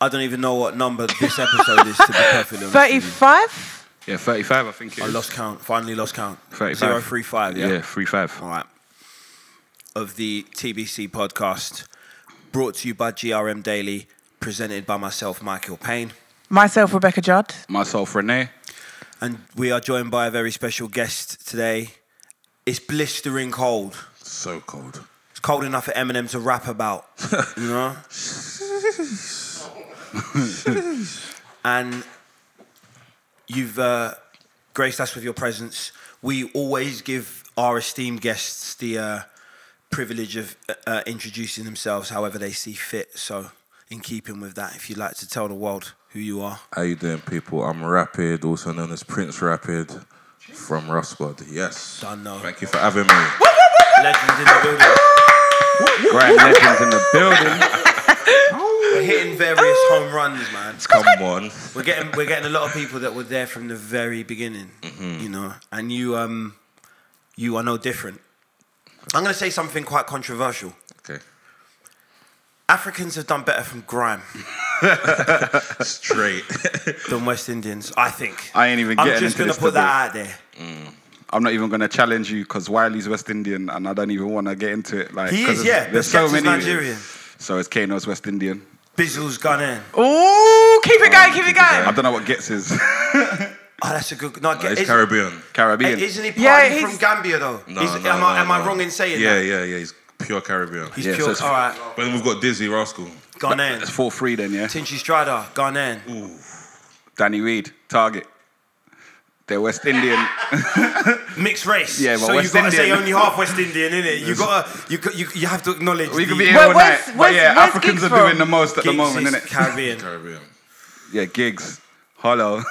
I don't even know what number this episode is to be perfectly honest. with you. 35? Yeah, 35, I think it I is. lost count. Finally lost count. 35. Zero three five. Yeah. Oh. Yeah, 35. All right. Of the TBC podcast, brought to you by GRM Daily, presented by myself, Michael Payne, Myself, Rebecca Judd. Myself, Renee. and we are joined by a very special guest today. It's blistering cold. So cold. It's cold enough for Eminem to rap about. You know. and you've uh, graced us with your presence. We always give our esteemed guests the uh, privilege of uh, uh, introducing themselves however they see fit. So, in keeping with that, if you'd like to tell the world who you are, How you doing, people? I'm Rapid, also known as Prince Rapid, from Rough Squad. Yes. Done now. Thank you for having me. legends in the building, Grand legends in the building. we're hitting various home runs, man. Come on. We're getting we're getting a lot of people that were there from the very beginning, Mm-hmm. you know. And you um, you are no different. I'm gonna say something quite controversial. Okay. Africans have done better from grime. Straight. than West Indians, I think. I ain't even I'm getting just into gonna this put debate. that out there. I'm not even going to challenge you because Wiley's West Indian and I don't even want to get into it. Like, He 'cause is, there's- yeah, There's but so Skepta's many. Nigerian. So it's Kano's West Indian. Bizzle's gone in. Oh, Ooh, keep it going, keep it I going. don't know what gets is. Oh, that's a good. No, It's is, Caribbean. Caribbean. Isn't he partly Yeah, from he's- Gambia though? No, Is- no, am I, no, am I no. wrong in saying Yeah, that? yeah, yeah. He's pure Caribbean. He's Yeah, so pure. it's- all right, But then we've got Dizzy Rascal. gone in. It's 4 3 then, yeah? Tinchy Strider, gone in. Danny Reed, Target. They're West Indian. Mixed race. Yeah, but so West you gotta say Indian. only half West Indian, innit? You gotta you got- you, you have to acknowledge. We the could be here Where- all night. where's- but where's- yeah, where's Africans Giggs are from? doing the most at the Gigs moment, is innit? Caribbean. Caribbean. yeah, gigs. Hello.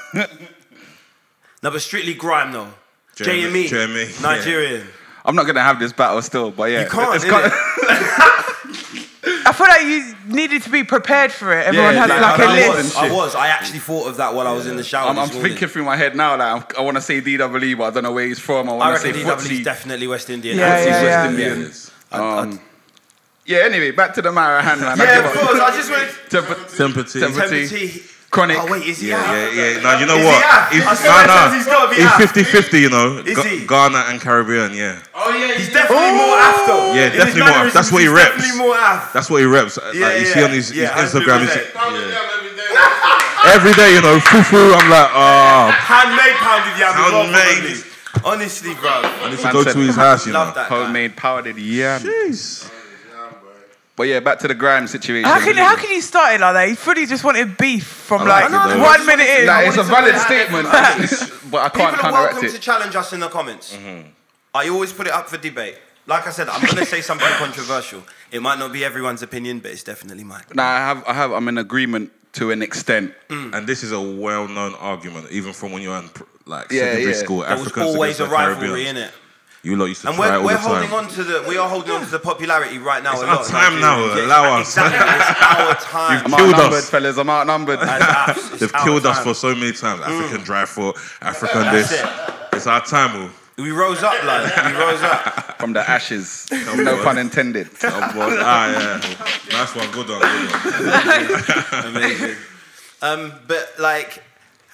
No, but strictly grime though. JME. JME, JME, yeah. Nigerian. I'm not gonna have this battle still, but yeah, You can't, it's innit? I feel like you needed to be prepared for it. Everyone Yeah, has yeah, like I a know. I was, list. I was. I actually thought of that while I was in the shower. I'm, I'm this morning. thinking through my head now. Like I'm, I want to say DWE, but I don't know where he's from. I I want to say reckon DW Footsie. is definitely West Indian. Yeah, Footsy's yeah, West yeah. Yeah, it Indian. is. Um, yeah. Anyway, back to the Marahan man. I Yeah, give of up. course. I just went Temper- Temperature. Temper- Temple T. T. Chronic. Oh wait, is he? Yeah, out? yeah, yeah. No, you know Is he what? out? I swear to God, he's gotta be he's out. 50 50, you know. Is Ga- he? Ghana and Caribbean, yeah. He's definitely more after. Yeah, In his definitely more af. That's what he mannerisms, reps. he's Definitely more after. That's what he reps. Like, Yeah, you yeah. see on his, his Yeah, Instagram. 100%. he's- yeah. Every day, you know, foo foo. I'm like, ah. Handmade pounded yam. as well, Handmade. probably. Honestly, bro. I need to go to his house, you know. Love that. Guy. Homemade powdered yam. But yeah, back to the grime situation. How can, how can you start it like that? He fully just wanted beef from like like it though. one minute in. Like, it's a valid statement, but I can't People are counteract welcome to it. challenge us in the comments. Mm-hmm. I always put it up for debate. Like I said, I'm going to say something controversial. It might not be everyone's opinion, but it's definitely mine. Nah, I have, I have, I'm in agreement to an extent. And this is a well-known argument, even from when you were in pr- like Yeah, secondary yeah. school. There was Africans always against a the rivalry Caribbean. in it. You lot used to And try we're, all we're the holding time. on to the we are holding on to the popularity right now. It's a our lot, time now, Nigerians. allow Yeah, us. Exactly, it's our time. I'm You've killed outnumbered, us. fellas. I'm outnumbered. As apps, it's They've our killed us time. Mm. for so many times. African dry foot, African this. it. It's our time, oh. Will. We rose up, like we rose up. From the ashes. no pun intended. Ah, yeah. Nice one. Good one. Good one. Amazing. Um, but like,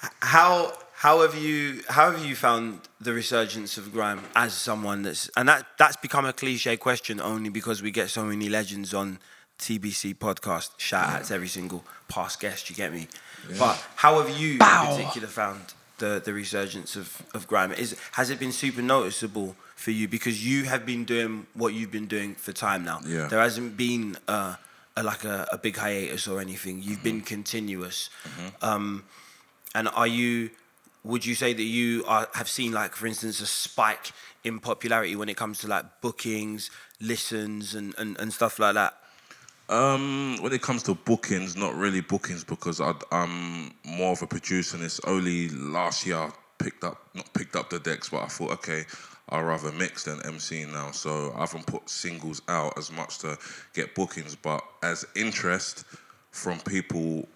h- how how have you how have you found the resurgence of grime as someone that's and that that's become a cliche question only because we get so many legends on TBC podcast shout out to every single past guest. You get me? But how have you in particular found the the resurgence of of grime? Is has it been super noticeable? For you, because you have been doing what you've been doing for time now. Yeah. There hasn't been uh, a, like a, a big hiatus or anything. You've been continuous. Um, and are you? Would you say that you are, have seen, like, for instance, a spike in popularity when it comes to like bookings, listens, and and, and stuff like that? Um, when it comes to bookings, not really bookings because i I'm more of a producer. And it's only last year I picked up, not picked up the decks, but I thought, okay, I'd rather mix than MC now. So I haven't put singles out as much to get bookings, but as interest from people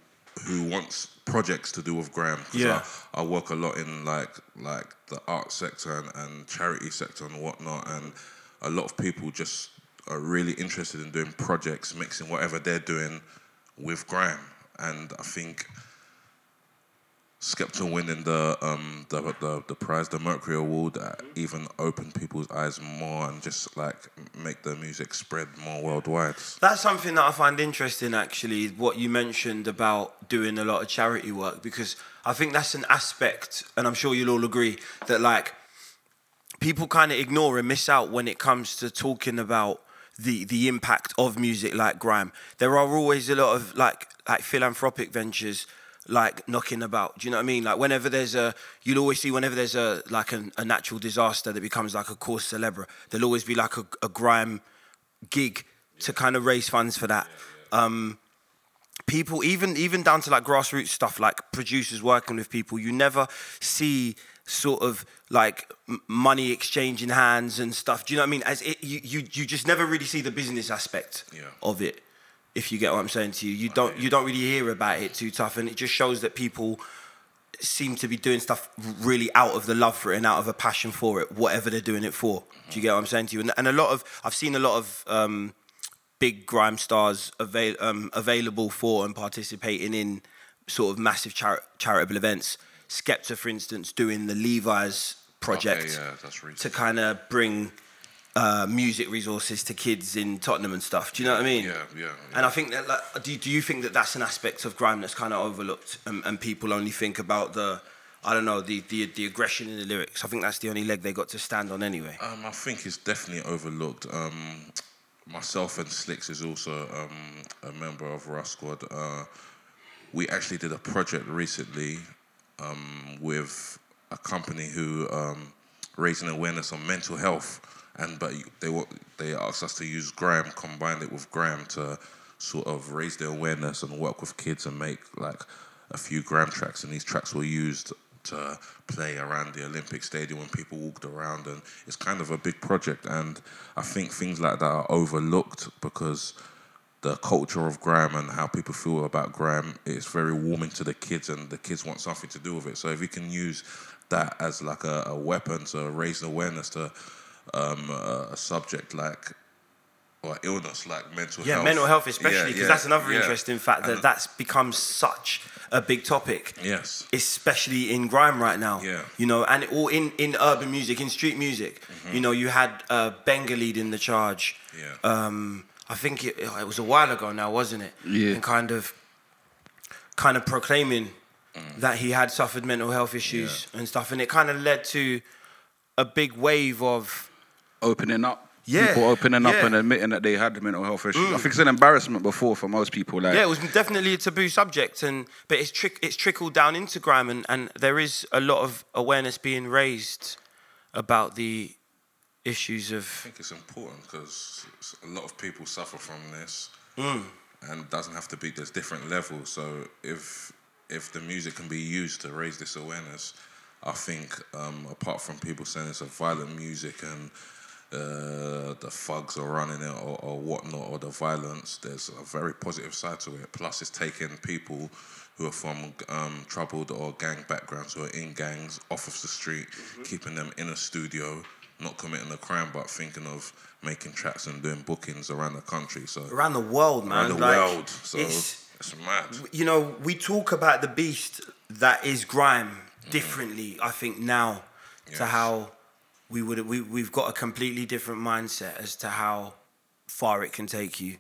who wants projects to do with Graham. 'Cause Yeah. I, I work a lot in like like the art sector and, and charity sector and whatnot, and a lot of people just are really interested in doing projects, mixing whatever they're doing with Graham. and I think Skepta winning the um the, the the prize, the Mercury Award, uh, even opened people's eyes more and just like make the music spread more worldwide. That's something that I find interesting, actually, what you mentioned about doing a lot of charity work, because I think that's an aspect, and I'm sure you'll all agree, that like people kind of ignore and miss out when it comes to talking about the the impact of music like grime. There are always a lot of like like philanthropic ventures like knocking about. Do you know what I mean? Like whenever there's a, you'll always see whenever there's a like an, a natural disaster that becomes like a cause celebre, there'll always be like a, a grime gig to kind of raise funds for that. Um, people, even even down to like grassroots stuff, like producers working with people, you never see sort of like m- money exchanging hands and stuff. Do you know what I mean? As it, you, you you just never really see the business aspect Yeah. of it. If you get what I'm saying to you, you don't you don't really hear about it too tough, and it just shows that people seem to be doing stuff really out of the love for it and out of a passion for it, whatever they're doing it for. Do you get what I'm saying to you? And, and a lot of I've seen a lot of um, big grime stars avail, um, available for and participating in sort of massive chari- charitable events. Skepta, for instance, doing the Levi's project Okay, yeah, that's recent. to kind of bring uh, music resources to kids in Tottenham and stuff. Do you know what I mean? Yeah, yeah, yeah. And I think that, like, do, do you think that that's an aspect of grime that's kind of overlooked and, and people only think about the, I don't know, the, the, the aggression in the lyrics? I think that's the only leg they got to stand on anyway. Um, I think it's definitely overlooked. Um, myself and Slicks is also um, a member of Rough Squad. Uh, we actually did a project recently um, with a company who um, raising awareness on mental health, and but you- they wa- they asked us to use Graham, combined it with Graham to sort of raise the awareness and work with kids and make like a few Graham tracks, and these tracks were used to play around the Olympic Stadium when people walked around, and it's kind of a big project, and I think things like that are overlooked because the culture of grime and how people feel about grime is very warming to the kids and the kids want something to do with it so if you can use that as like a, a weapon to raise awareness to um, a, a subject like or illness like mental Yeah, health mental health especially, because Yeah, yeah, that's another yeah. interesting fact that And- that's become such a big topic. yes especially in grime right now. Yeah. You know, and all in in urban music, in street music. Mm-hmm. You know, you had uh, Benga leading the charge. yeah Um, I think it, it was a while ago now, wasn't it? Yeah. And kind of, kind of proclaiming that he had suffered mental health issues and stuff, and it kind of led to a big wave of. opening up. Yeah, People opening up yeah. and admitting that they had mental health issues. I think it's an embarrassment before for most people. Like, Yeah, it was definitely a taboo subject, and but it's trick it's trickled down into grime, and, and there is a lot of awareness being raised about the issues I of think it's important because a lot of people suffer from this, and it doesn't have to be. There's different levels, so if if the music can be used to raise this awareness, I think um, apart from people saying it's a violent music and uh, the thugs are running it or, or whatnot or the violence, there's a very positive side to it. Plus, it's taking people who are from um, troubled or gang backgrounds who are in gangs off of the street, Mm-hmm. keeping them in a studio, not committing a crime, but thinking of making tracks and doing bookings around the country. So around the world, man. around the like, world. So it's- it's, mad. you know, we talk about the beast that is grime differently, I think, now to Mm. Yes. how we would we we've got a completely different mindset as to how far it can take you.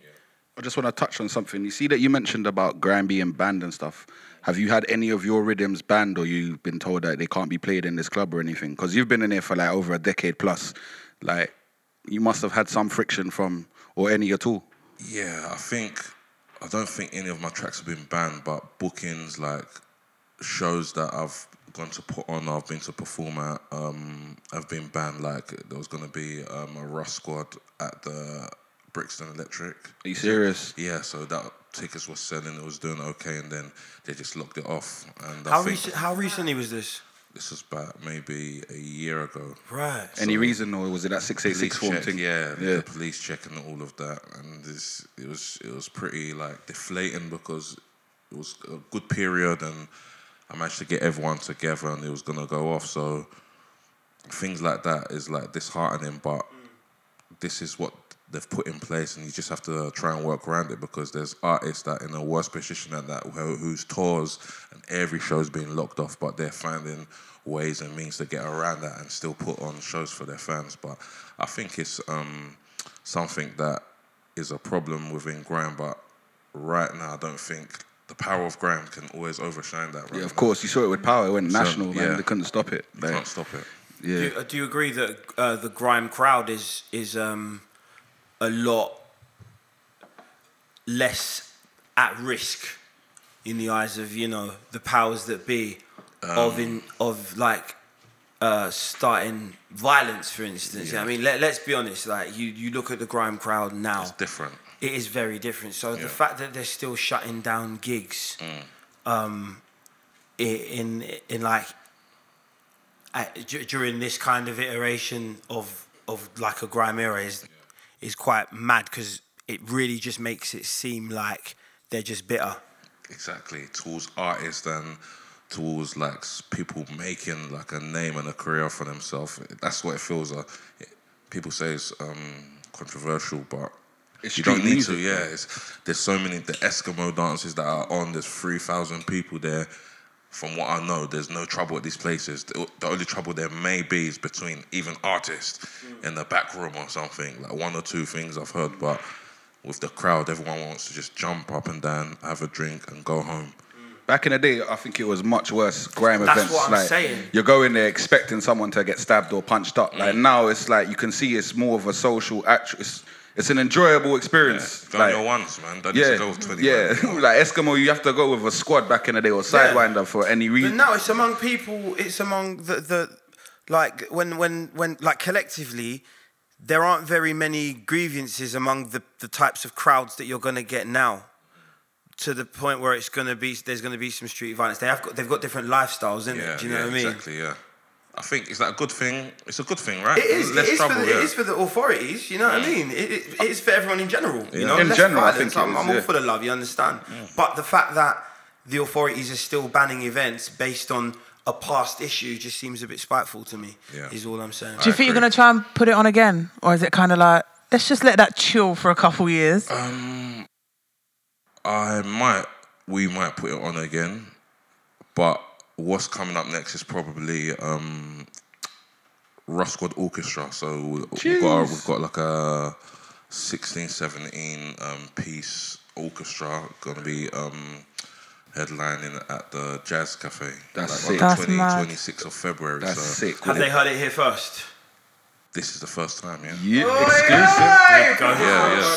I just want to touch on something. You see that you mentioned about grime being banned and stuff. Have you had any of your rhythms banned, or you've been told that they can't be played in this club or anything? Because you've been in here for like over a decade plus. Like, you must have had some friction from or any at all. Yeah, I think I don't think any of my tracks have been banned, but bookings like shows that I've gone to put on, I've been to perform at, um, have been banned. Like there was gonna be um, a Rough Squad at the Brixton Electric. Are you serious? Yeah, so that tickets were selling, it was doing okay, and then they just locked it off. And I How think recent how recently was this? this was about maybe a year ago. Right. Any reason, or was it that six eight six form check, thing? Yeah, yeah. the police check and all of that, and this it was it was pretty like deflating because it was a good period, and I managed to get everyone together, and it was gonna go off. So things like that is like disheartening, but this is what they've put in place, and you just have to try and work around it because there's artists that in a worse position than that, who, whose tours and every show's been locked off, but they're finding ways and means to get around that and still put on shows for their fans. But I think it's um, something that is a problem within Graham, but right now I don't think the power of Graham can always overshine that. Right Yeah, of now. course. You saw it with Power. It went So, national, man. yeah. They couldn't stop it. You Like, can't stop it. yeah. Do, you- do you agree that uh, the grime crowd is is um, a lot less at risk in the eyes of you know the powers that be of in of like uh, starting violence, for instance? I mean, let, let's be honest. Like you, you look at the grime crowd now. It's different. It is very different. So the Yeah. fact that they're still shutting down gigs, um, i- in in like at, d- during this kind of iteration of of like a grime era is is quite mad because it really just makes it seem like they're just bitter. exactly towards artists and towards like s- people making like a name and a career for themselves. That's what it feels. Uh, it, people say it's um, controversial, but It's you don't street need music. to. Yeah, it's, there's so many the Eskimo dances that are on. There's three thousand people there. From what I know, there's no trouble at these places. The, the only trouble there may be is between even artists Mm. in the back room or something. Like one or two things I've heard, but with the crowd, everyone wants to just jump up and down, have a drink, and go home. Back in the day, I think it was much worse. Grime That's events, what I'm like saying. Mm. you're going there expecting someone to get stabbed or punched up. Like now, it's like you can see it's more of a social. Act- it's, it's an enjoyable experience. Don't like, your ones, man. Don't need yeah, to go with 20 yeah. grand, you know. like Eskimo, you have to go with a squad back in the day or sidewinder for any But reason. no, it's among people. It's among the the like when when when like collectively, there aren't very many grievances among the the types of crowds that you're gonna get now. To the point where it's gonna be there's gonna be some street violence. They have got they've got different lifestyles, isn't yeah, it? Do you know yeah, what I mean? Exactly, yeah. I think, is that a good thing? It's a good thing, right? It is. Less it, is trouble, for the, yeah. Mm. it is for the authorities. You know what I mean. It, it, it is for everyone in general. You know, In less general, I violence. think it I'm, is, I'm all yeah. for the love. You understand. But the fact that the authorities are still banning events based on a past issue just seems a bit spiteful to me. Yeah. Is all I'm saying. Do you think you're gonna try and put it on again, or is it kind of like let's just let that chill for a couple years? I might, we might put it on again, but what's coming up next is probably um, Rough Squad Orchestra. So we- we've got, we've got like a 16, 17 um, piece orchestra going to be um, headlining at the Jazz Cafe. That's like sick. On the That's 20, mad. 26th of February. That's so sick. Have they heard it here first? This is the first time, yeah. Yeah, Oh. exclusive Go Yeah, yeah.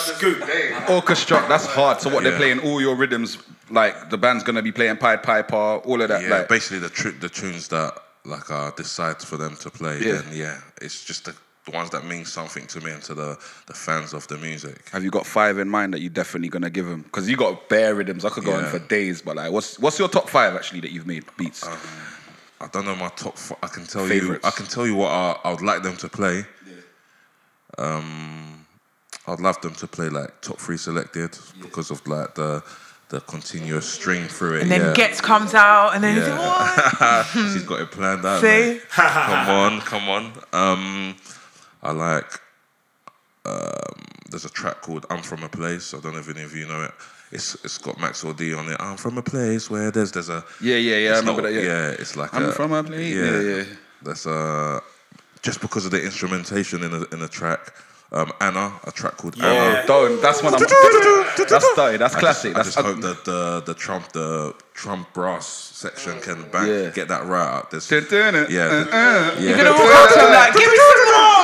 Scoop. orchestra. That's hard. So what Yeah. they're playing all your rhythms. Like the band's gonna be playing Pied Piper, all of that. Yeah, Uh, like basically the tru- the tunes that like I decide for them to play. Yeah. Then yeah, it's just the, the ones that mean something to me and to the the fans of the music. Have you got five in mind that you're definitely gonna give them? Because you got bare rhythms. I could go on Yeah. for days, but like, what's what's your top five actually that you've made beats? Uh, I don't know my top. F- I can tell Favourites. you. I can tell you what I, I would like them to play. Um, I'd love them to play like top three selected because of like the the continuous string through it. and then yeah. Gets comes out, and then Yeah. he's like, She's got it planned out. See? mate. come on, come on. Um, I like. Um, there's a track called "I'm from a Place." I don't know if any of you know it. It's it's got Max D on it. I'm from a place where there's there's a Yeah, yeah, yeah, I it's remember not- that, yeah. it's like I'm a- from a place, yeah, yeah. That's uh just because of the instrumentation in the in the track. Um, Anna, a track called Anna. oh, don't. That's one. I'm, that's dirty. That's classic. I That's just, I just hope that the the Trump the Trump brass section can bang, Yeah. get that right out. There's Dun, dun, dun, yeah, dun, yeah. you're gonna walk up to him like, give me some more.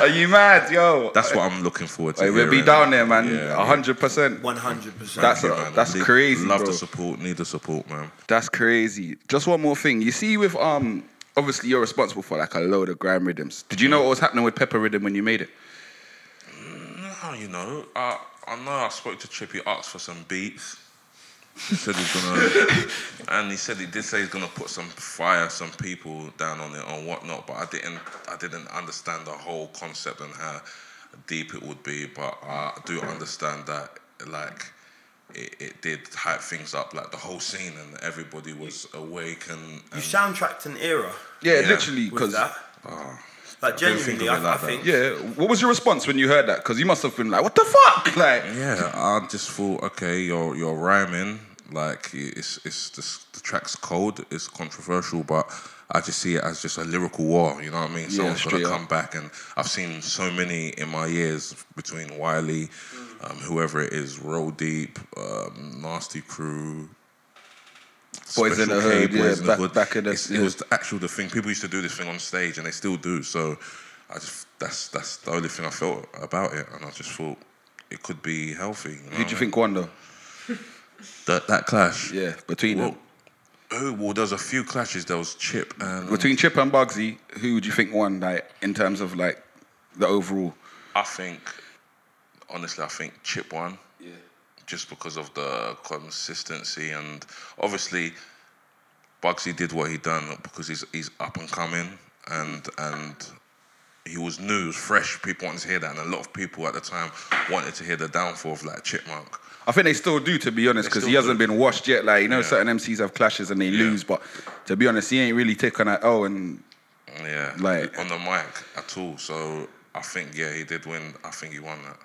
are you mad, yo? That's what I'm looking forward to. Hey, we'll be hearing. down there, man. Yeah, A hundred percent. One hundred percent. That's yeah, a- man. that's Need- crazy, Love bro. the support. Need the support, man. That's crazy. Just one more thing. You see, with um, obviously you're responsible for like a load of grime rhythms. Did you know what was happening with Pepper Rhythm when you made it? No, you know, I I know I spoke to Trippy Ox for some beats. He said he's gonna, and he said he did say he's gonna put some fire, some people down on it and whatnot. But I didn't, I didn't understand the whole concept and how deep it would be. But I do understand that, like, it, it did hype things up, like the whole scene and everybody was awake and, You and soundtracked an era Yeah, Yeah. literally, with Ah. because that. Like genuinely, I, of it like I that. think. Yeah. What was your response when you heard that? Because you must have been like, "What the fuck?" Like, Yeah, I just thought, okay, you're you're rhyming, like it's it's just, the track's cold, it's controversial, but I just see it as just a lyrical war. You know what I mean? Someone's gonna straight up. come back, and I've seen so many in my years between Wiley, Mm. um, whoever it is, Roll Deep, um, Nasty Crew. Boys in Special the K, Hood, Boys yeah, in the back- Hood. back in the- It's- It yeah. was the actual the thing. People used to do this thing on stage, and they still do. So, I just that's that's the only thing I felt about it, and I just thought it could be healthy. You know? who do you think won though? that that clash? Yeah, between Well, them. oh well, there was a few clashes. There was Chip and Between Chip and Bugsy, who would you think won? Like, in terms of like the overall. I think, honestly, I think Chip won. Yeah. Just because of the consistency and obviously, Bugsy did what he done because he's he's up and coming and and he was new, he was fresh. People wanted to hear that, and a lot of people at the time wanted to hear the downfall of like Chipmunk. I think they still do, to be honest, They because still he hasn't do. been washed yet. Like, you know, Yeah. certain MCs have clashes and they lose, but to be honest, he ain't really taken that L. And Yeah, Like- on the mic at all. So I think yeah, he did win. I think he won that.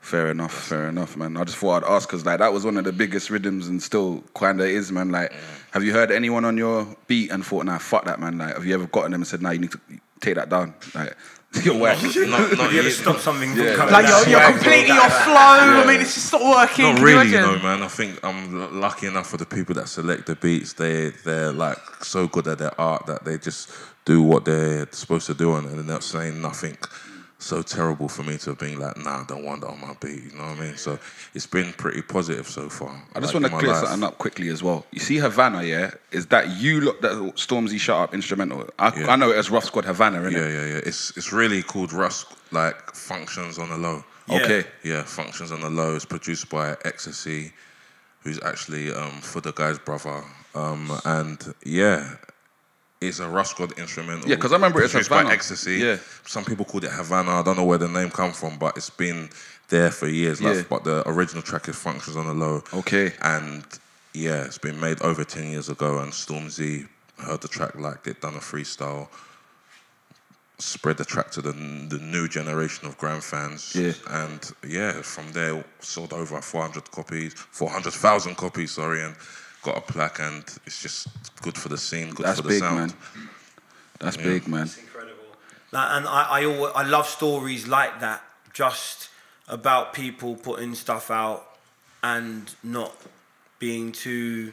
fair enough, fair enough, man. I just thought I'd ask because like that was one of the biggest rhythms and still kinda is, man. Like, have you heard anyone on your beat and thought, nah, fuck that, man? Like, have you ever gotten them and said, nah, you need to take that down? Like, you're whack. Not, not, You gotta yet. stop something from Yeah. coming Like out. you're, you're Yeah. completely off flow. I mean, it's just not working. Not Can really, you you know, imagine? man. I think I'm l- lucky enough for the people that select the beats. They they're like so good at their art that they just do what they're supposed to do, and and they're not saying nothing so terrible for me to have been like, nah, I don't want that on my beat. You know what I mean? So it's been pretty positive so far. I just want like, to in my clear life. something up quickly as well. You see Havana, yeah? Is that you lot that Stormzy shut up instrumental? I, Yeah. I know it as Rough Squad Havana, innit? Yeah, yeah, yeah. It's it's really called Rusk like functions on the low. Okay. Yeah, Functions on the Low is produced by Ecstasy, who's actually um, for the guy's brother. Um, and yeah, it's a Rough Squad instrumental. Yeah, 'cause I remember it's produced Havana. by Ecstasy. Yeah. Some people called it Havana. I don't know where the name come from, but it's been there for years. Like, Yeah. But the original track is Functions on the Low. Okay. And yeah, it's been made over 10 years ago, and Stormzy heard the track, liked it, done a freestyle spread the track to the the new generation of grand fans. Yeah. And yeah, from there sold over 400 copies, 400,000 copies, sorry, and got a plaque and it's just good for the scene, good That's for the big, sound. man. That's big, man. incredible. Like, and I, I, always, I love stories like that, just about people putting stuff out and not being too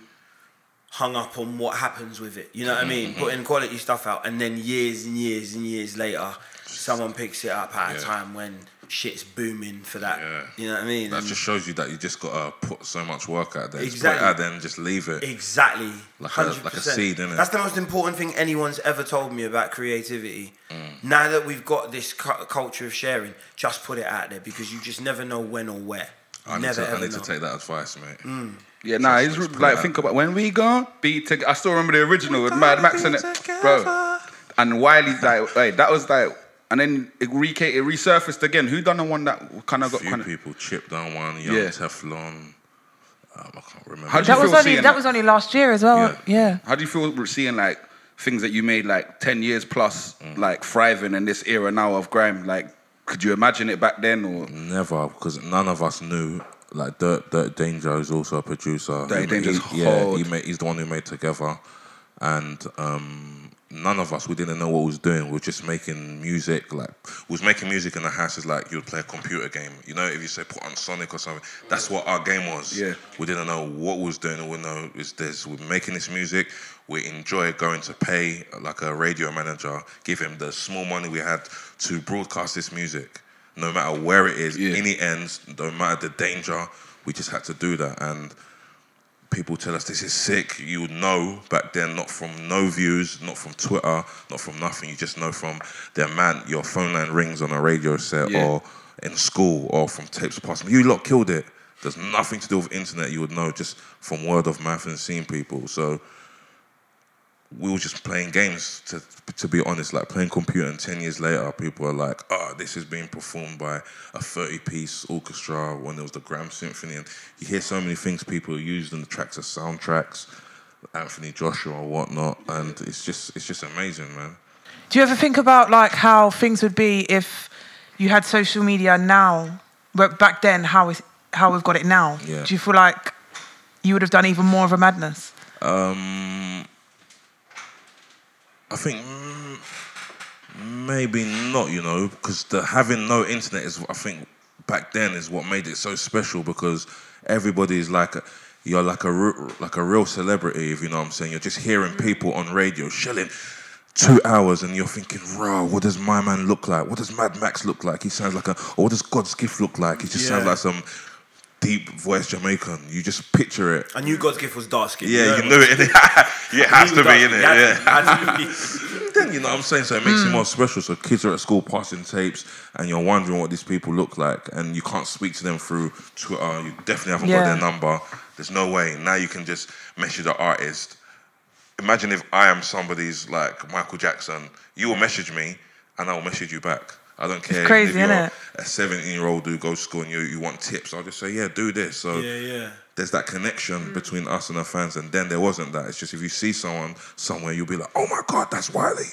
hung up on what happens with it. You know what I mean? Putting quality stuff out, and then years and years and years later, someone picks it up at a Yeah. time when shit's booming for that. Yeah. You know what I mean? That And just shows you that you just gotta put so much work out there. Just put Exactly. it out there and just leave it. Exactly. Like a- 100%. like a seed, innit? That's the most important thing anyone's ever told me about creativity. Mm. Now that we've got this cu- culture of sharing, just put it out there because you just never know when or where. You I need, never to, I ever need to know. Mm. take that advice, mate. Yeah, nah, he's Just- just re- put it like out think there. about when we gonna be together. I still remember the original with Mad Max in it, bro. And Wiley's like, wait, that was like, and then it, re- it resurfaced again. Who done the one that kind of A got few kind of? people chipped down one, young Yeah. Teflon. Um, I can't remember. How'd you That was feel only seeing that that? was only last year as well. Yeah. Yeah. How do you feel with seeing like things that you made like ten years plus Mm. like thriving in this era now of grime? Like, could you imagine it back then or? Mm. Never, because none of us knew. Like Dirt, Dirt Danger is also a producer. Dirty He- Danger's he, yeah, he hard. made, he's the one who made together, and um, none of us we didn't know what we was doing. We were just making music. Like we was making music in the house is like you would play a computer game. You know, if you say put on Sonic or something, that's what our game was. Yeah. we didn't know what we was doing. All we know is this: we're making this music. We enjoy going to pay like a radio manager, give him the small money we had to broadcast this music, no matter where it is, Yeah. any ends, no matter the danger. We just had to do that, and people tell us this is sick, you would know back then, not from no views, not from Twitter, not from nothing. You just know from their man, your phone line rings on a radio set Yeah. or in school or from tapes passing. You lot killed it. There's nothing to do with internet. You would know just from word of mouth and seeing people. So we were just playing games. To to be honest, like playing computer. And ten years later, people are like, "Oh, this is being performed by a thirty-piece orchestra." When there was the Graham Symphony, and you hear so many things people used in the tracks as soundtracks, Anthony Joshua or whatnot, and it's just it's just amazing, man. Do you ever think about like how things would be if you had social media now, but back then how is how we've got it now? Yeah. Do you feel like you would have done even more of a madness? Um, I think mm, maybe not, you know, because the having no internet is, I think, back then is what made it so special because everybody's like, a, you're like a re- like a real celebrity, if you know what I'm saying. You're just hearing people on radio shelling two hours, and you're thinking, "Wow, what does my man look like? What does Mad Max look like? He sounds like a, or what does God's gift look like? He just sounds Yeah. like some." Deep voice Jamaican, you just picture it, I knew God's gift was dark skin. yeah, you knew it. innit? yeah, it has to be in it. Yeah. Yeah. Then you know what I'm saying. So it Hmm. makes it more special. So kids are at school passing tapes, and you're wondering what these people look like, and you can't speak to them through Twitter. You definitely haven't got Yeah. their number. There's no way. Now you can just message the artist. Imagine if I am somebody's like Michael Jackson. You will message me, and I will message you back. I don't care crazy, if you're innit? a 17 year old who goes to school and you, you want tips. I'll just say, yeah, do this. So yeah, yeah. there's that connection Mm. between us and our fans, and then there wasn't that. It's just if you see someone somewhere, you'll be like, "Oh my god, that's Wiley,"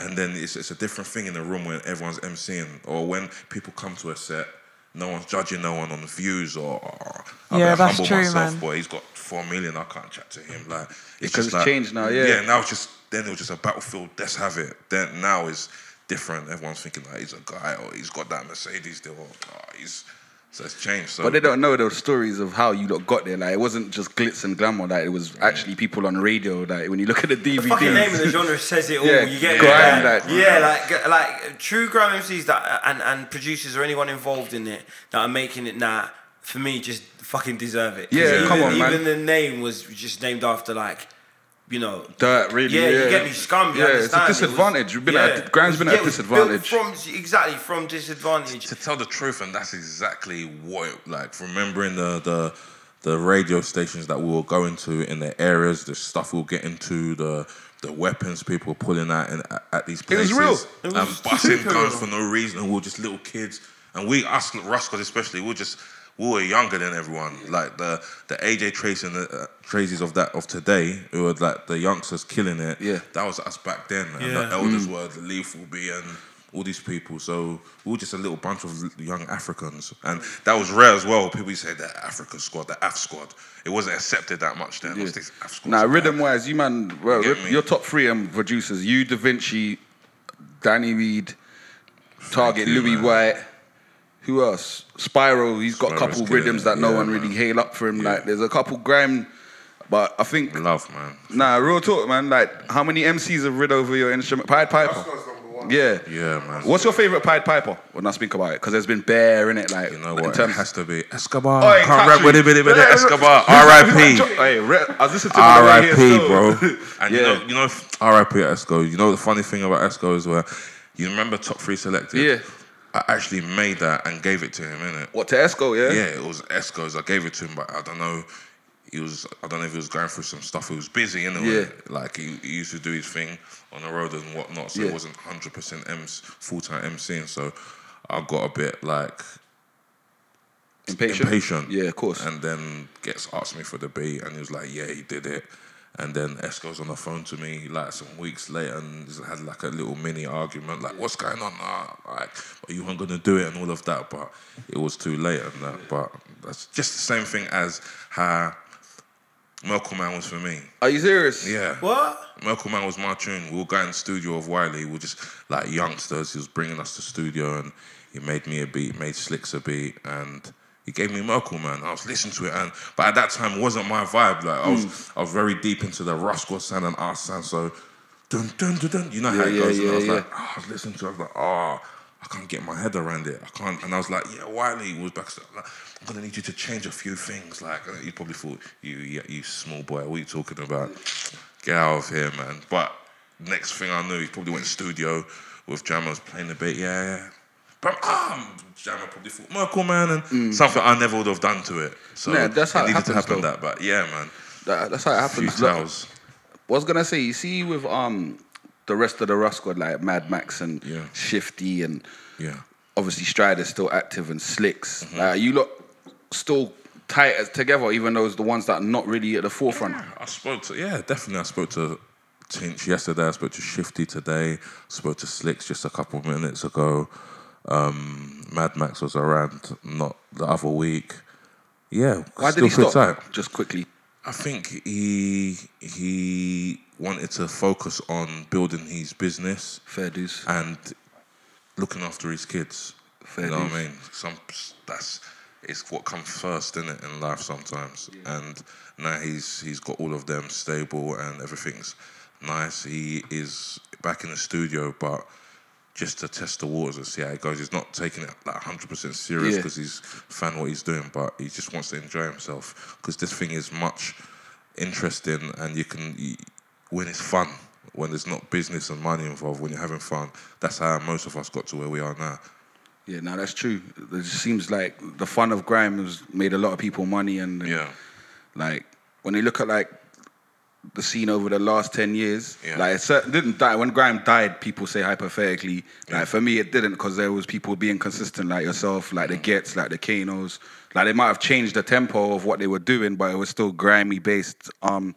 and then it's, it's a different thing in the room when everyone's emceeing or when people come to a set. No one's judging no one on the views or "Oh, I Yeah, better that's humble true, myself, man. boy. He's got four million. I can't chat to him. Like it's Because just it's like, changed now, yeah. Yeah, now it's just then it was just a battlefield. Let's have it. Then now is different. Everyone's thinking like he's a guy or he's got that Mercedes deal. Or, oh, he's so it's changed. So But they don't know the stories of how you lot got there. Like it wasn't just glitz and glamour. Like it was actually people on radio. Like when you look at the DVD, Fucking name of the genre says it all. Yeah, you get grime, it. like- yeah, like like true grime MCs that and and producers or anyone involved in it that are making it now. For me, just fucking deserve it. 'Cause Yeah, even, come on, man. Even the name was just named after like, you know, dirt, really. Yeah, Yeah, you get me scum. You yeah, it's a understand? disadvantage. It We've was- been at a, Graham's been Yeah, at a it was built disadvantage. From, exactly, from disadvantage. to tell the truth, and that's exactly what it, like remembering the the the radio stations that we were going to in the areas, the stuff we were getting to, the the weapons people were pulling out in, at, at these It was places. real. It was and busting super guns real. for no reason. And we were just little kids, and we us Rascals especially, we were just we were younger than everyone. Like the the AJ Trace and the uh, Traces of that of today, who were like the youngsters killing it. Yeah. that was us back then. And Yeah. the Mm. elders were the lethal B and all these people. So we were just a little bunch of l- young Africans. And that was rare as well. People used to say the African squad, the AF squad. It wasn't accepted that much then. It was this AF squad. Now, rhythm wise, you man, well, You get me? your top three um, producers: you, Da Vinci, Danny Reed, Target, you, Louis man. White. Who else? Spiral. He's got Spyro's a couple killing rhythms it. that no Yeah, one man. really hail up for him. Yeah. Like there's a couple grime, but I think Love, man. Nah, real talk, man. Like, how many MCs have read over your instrument? Pied Piper. Yeah. Yeah, man. What's your favorite Pied Piper? When I speak about it, because there's been bare in it, like You know in what? It terms- has to be Escobar. Oi, Can't Country. rap with it, with it, with it. Yeah, Escobar. Jo- R.I.P. Hey, re- I was listening to him on the way here R.I.P. still. bro. And you Yeah. know, you know, R.I.P. Esco. You know the funny thing about Esco is where you remember top three selected. Yeah. I actually made that and gave it to him, innit? What to Esco? Yeah. Yeah, it was Esco's. I gave it to him, but I don't know. He was. I don't know if he was going through some stuff. He was busy, you know. Yeah. Like he, he used to do his thing on the road and whatnot, so Yeah. it wasn't hundred percent M's full time MCing. So I got a bit like Impatient. impatient. Yeah, of course. And then gets asked me for the beat, and he was like, "Yeah, he did it." And then Esco's on the phone to me like some weeks later, and he's had like a little mini argument, like, "What's going on? Ah, like, you weren't gonna do it, and all of that." But it was too late, and that. But that's just the same thing as how Merkel Man was for me. Are you serious? Yeah. What? Merkel Man was my tune. We were going to the studio of Wiley. We were just like youngsters. He was bringing us to studio and he made me a beat, made Slicks a beat, and he gave me Merkel Man. I was listening to it, and but at that time it wasn't my vibe. Like I was, Hmm. I was very deep into the Rascal sound and our sound. So, dun dun dun dun. You know how Yeah, it yeah, goes. and I yeah, was like, yeah. ah, I was listening to. it. I was like, ah, I can't get my head around it. I can't. And I was like, yeah, Wiley was back. Like, I'm gonna need you to change a few things. Like and you probably thought, you you, you small boy, what are you talking about? Get out of here, man. But next thing I knew, he probably went studio with Jammer's playing a bit. Yeah, yeah. But um, Jammer probably thought Merkel man and something I never would have done to it. So Yeah, Mm. that's how it it needed to happens, happen. though. That, but yeah, man. That- that's how it Few happens. Look, towels. I was gonna say, you see, with um the rest of the Rough Squad, like Mad Max and Yeah. Shifty, and Yeah. obviously Strider's still active and Slicks. Mm-hmm. Like, you lot still tight as together, even those the ones that are not really at the forefront. I spoke to yeah, definitely. I spoke to Tinch yesterday. I spoke to Shifty today. Spoke to Slicks just a couple of minutes ago. Um, Mad Max was around not the other week. Yeah, Why still did he feel stop? tight. Just quickly. I think he he wanted to focus on building his business Fair dues. and looking after his kids. Fair you know what I dues. mean? Some that's it's what comes first in it in life sometimes. And now he's he's got all of them stable and everything's nice. He is back in the studio, but just to test the waters and see how it goes. He's not taking it like 100% serious Yeah. because he's fan what he's doing, but he just wants to enjoy himself because this thing is much interesting and you can y- when it's fun, when there's not business and money involved, when you're having fun. That's how most of us got to where we are now. Yeah, no, that's true. It just seems like the fun of grime has made a lot of people money, and Yeah, like when you look at like the scene over the last ten years, Yeah. like it certain didn't die. When grime died, people say hypothetically, Yeah. like for me, it didn't because there was people being consistent, like yourself, like the Mm. Gets, like the Kanos. Like they might have changed the tempo of what they were doing, but it was still grimy based. Um,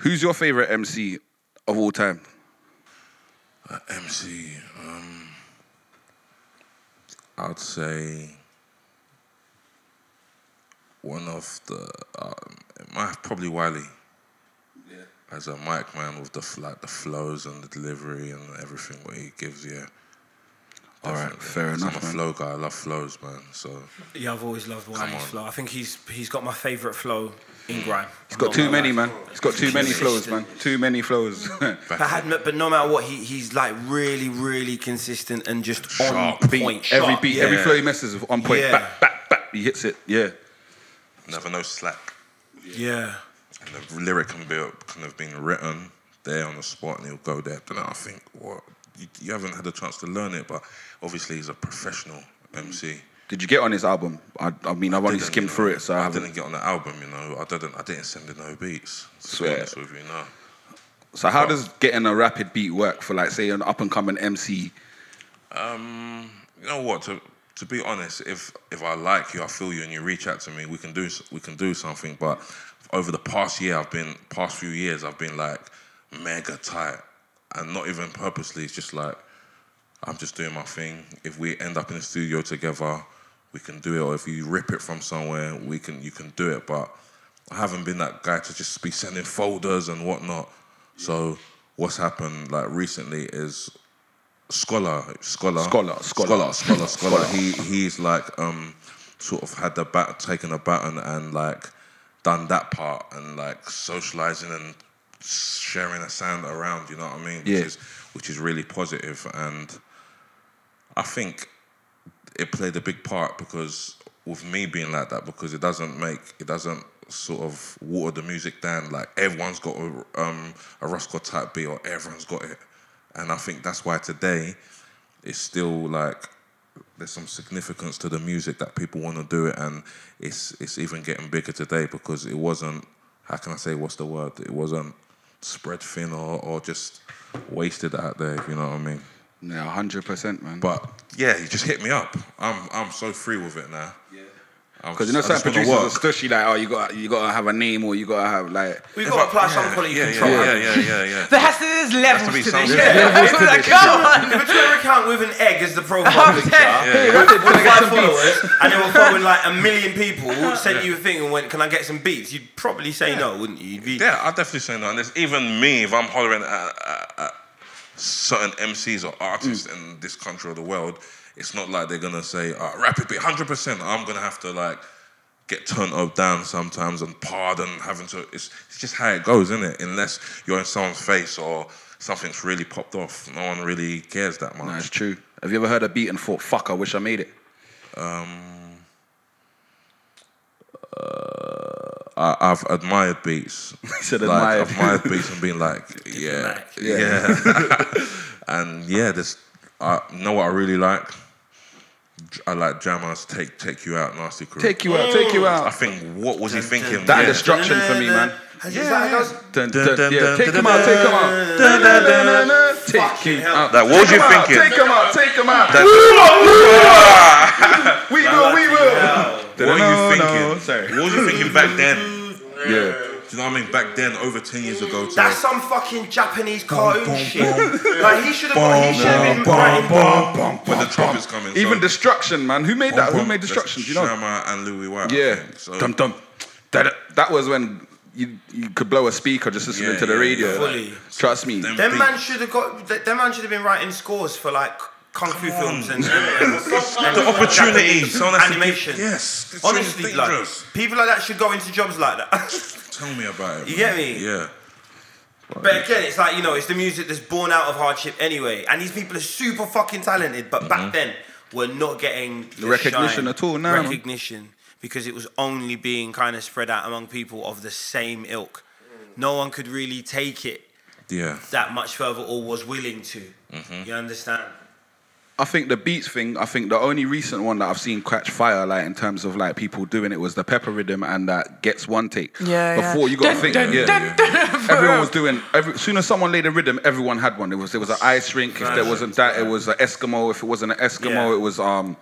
who's your favorite MC of all time? Uh, MC. Um, I'd say one of the um, it might probably Wiley. As a mic man with the f- like the flows and the delivery and everything what he gives, yeah. All right, Definitely. fair 'Cause enough, I'm a man. flow guy. I love flows, man. So Yeah, I've always loved Wiley's on. flow. I think he's he's got my favourite flow in grime. He's got too many, man. He's got too many flows, man. Too many flows. But, had, no- but no matter what, he, he's like really, really consistent and just Sharp. on beat, point. every Sharp, beat, yeah. every flow he messes with on point. Yeah. Back, back, back. He hits it. Yeah. never no slack. Yeah. And the lyric can be can have been written there on the spot, and he'll go there. But then I think, what you, you haven't had a chance to learn it, but obviously he's a professional MC. Did you get on his album? I, I mean, I've only Didn't, skimmed you know, through it, so I I haven't. didn't get on the album. You know, I didn't. I didn't send in no beats. To Swear. be honest with you, no. So how does getting a rapid beat work for like say an up and coming MC? Um, You know what? To to be honest, if if I like you, I feel you, and you reach out to me, we can do s- we can do something. But over the past year, I've been past few years, I've been like mega tight, and not even purposely. It's just like I'm just doing my thing. If we end up in the studio together, we can do it. Or if you rip it from somewhere, we can you can do it. But I haven't been that guy to just be sending folders and whatnot. So what's happened like recently is scholar, scholar, Scholar, scholar, Scholar. scholar, scholar. He he's like um sort of had the bat taken a baton and like done that part and like socializing and sharing a sound around. You know what I mean? Which Yeah. is which is really positive and. I think it played a big part because with me being like that, because it doesn't make it doesn't sort of water the music down. Like everyone's got a um, a Roscoe type beat, or everyone's got it, and I think that's why today it's still like there's some significance to the music that people want to do it, and it's it's even getting bigger today because it wasn't. How can I say what's the word? It wasn't spread thin or, or just wasted out there. If you know what I mean. Yeah, hundred percent, man. But yeah, you just hit me up. I'm I'm so free with it now. Yeah. because you know certain producers are stushy, like oh you got you got to have a name or you got to have like We've got to apply some quality yeah, control. Yeah, yeah, yeah, yeah, yeah. There has to be there's levels to be to this. some- shit. Levels to Like, this come on. If a Twitter account with an egg as the profile picture, yeah. with with five followers, and they were following like a million people, sent you a thing and went, "Can I get some beats?" You'd probably say no, wouldn't you? You'd be, Yeah, I definitely say no. And it's even me if I'm hollering at, at, at certain MCs or artists Mm. in this country or the world. It's not like they're gonna say uh, rapid beat, hundred percent. I'm gonna have to like get turned up down sometimes and pardon having to. It's, it's just how it goes, isn't it? Unless you're in someone's face or something's really popped off, no one really cares that much. That's true. Have you ever heard a beat and thought, fuck, I wish I made it? I, I've admired beats. He said like, admired. admired beats and being like, yeah, Diplomatic. yeah, and yeah. This, I know what I really like. J- I like Jammer's take take you out, nasty crew. Take you out, take you I out. think what was he thinking? That Yeah. destruction for me, man. Is Yeah, that how it yeah. goes? Dun, Dun, dun, dun, yeah, dun, take dun, him out, dun, take him out. Dun, dun, dun, dun, dun. Take Fucking him hell. out. Like, what was Take you him out, thinking? Take him out, take him out. That- We will, we will. what were you No, no, thinking? sorry. What was you thinking back then? Yeah. Do you know what I mean? Back then, over ten years ago, to That's some fucking Japanese cartoon bum, shit. bum. like he should have got. He should have been. writing- But the trumpet's coming. Even so. Destruction, man. Who made that? Who Bum, made that's Destruction? Do you know? Shamma and Louis White. I Yeah. think. So, Dum dum. That that was when you you could blow a speaker just listening Yeah, to the yeah, radio. yeah. Fully. Trust me. Them- Them Beat. man should have got. th- Them man should have been writing scores for like kung fu films and, the opportunity. Japanese someone has to give- animation. Yes. it's Honestly, really like dangerous. people like that should go into jobs like that. Tell me about it. You get man. me? Yeah. but again, it's like you know, it's the music that's born out of hardship anyway. And these people are super fucking talented, but back then were not getting the Mm-hmm. Recognition shine, at all, nah, man. recognition because it was only being kind of spread out among people of the same ilk. No one could really take it Yeah. that much further or was willing to. Mm-hmm. You understand? I think the beats thing. I think the only recent one that I've seen catch fire, like in terms of like people doing it, was the Pepper Rhythm and that gets one take. Yeah, yeah. Before you got to Dun, think, dun, yeah. dun, dun. Everyone was doing. Every, soon as someone laid a rhythm, everyone had one. It was it was an ice rink. If there wasn't that, it was an Eskimo. If it wasn't an Eskimo, Yeah. it was um,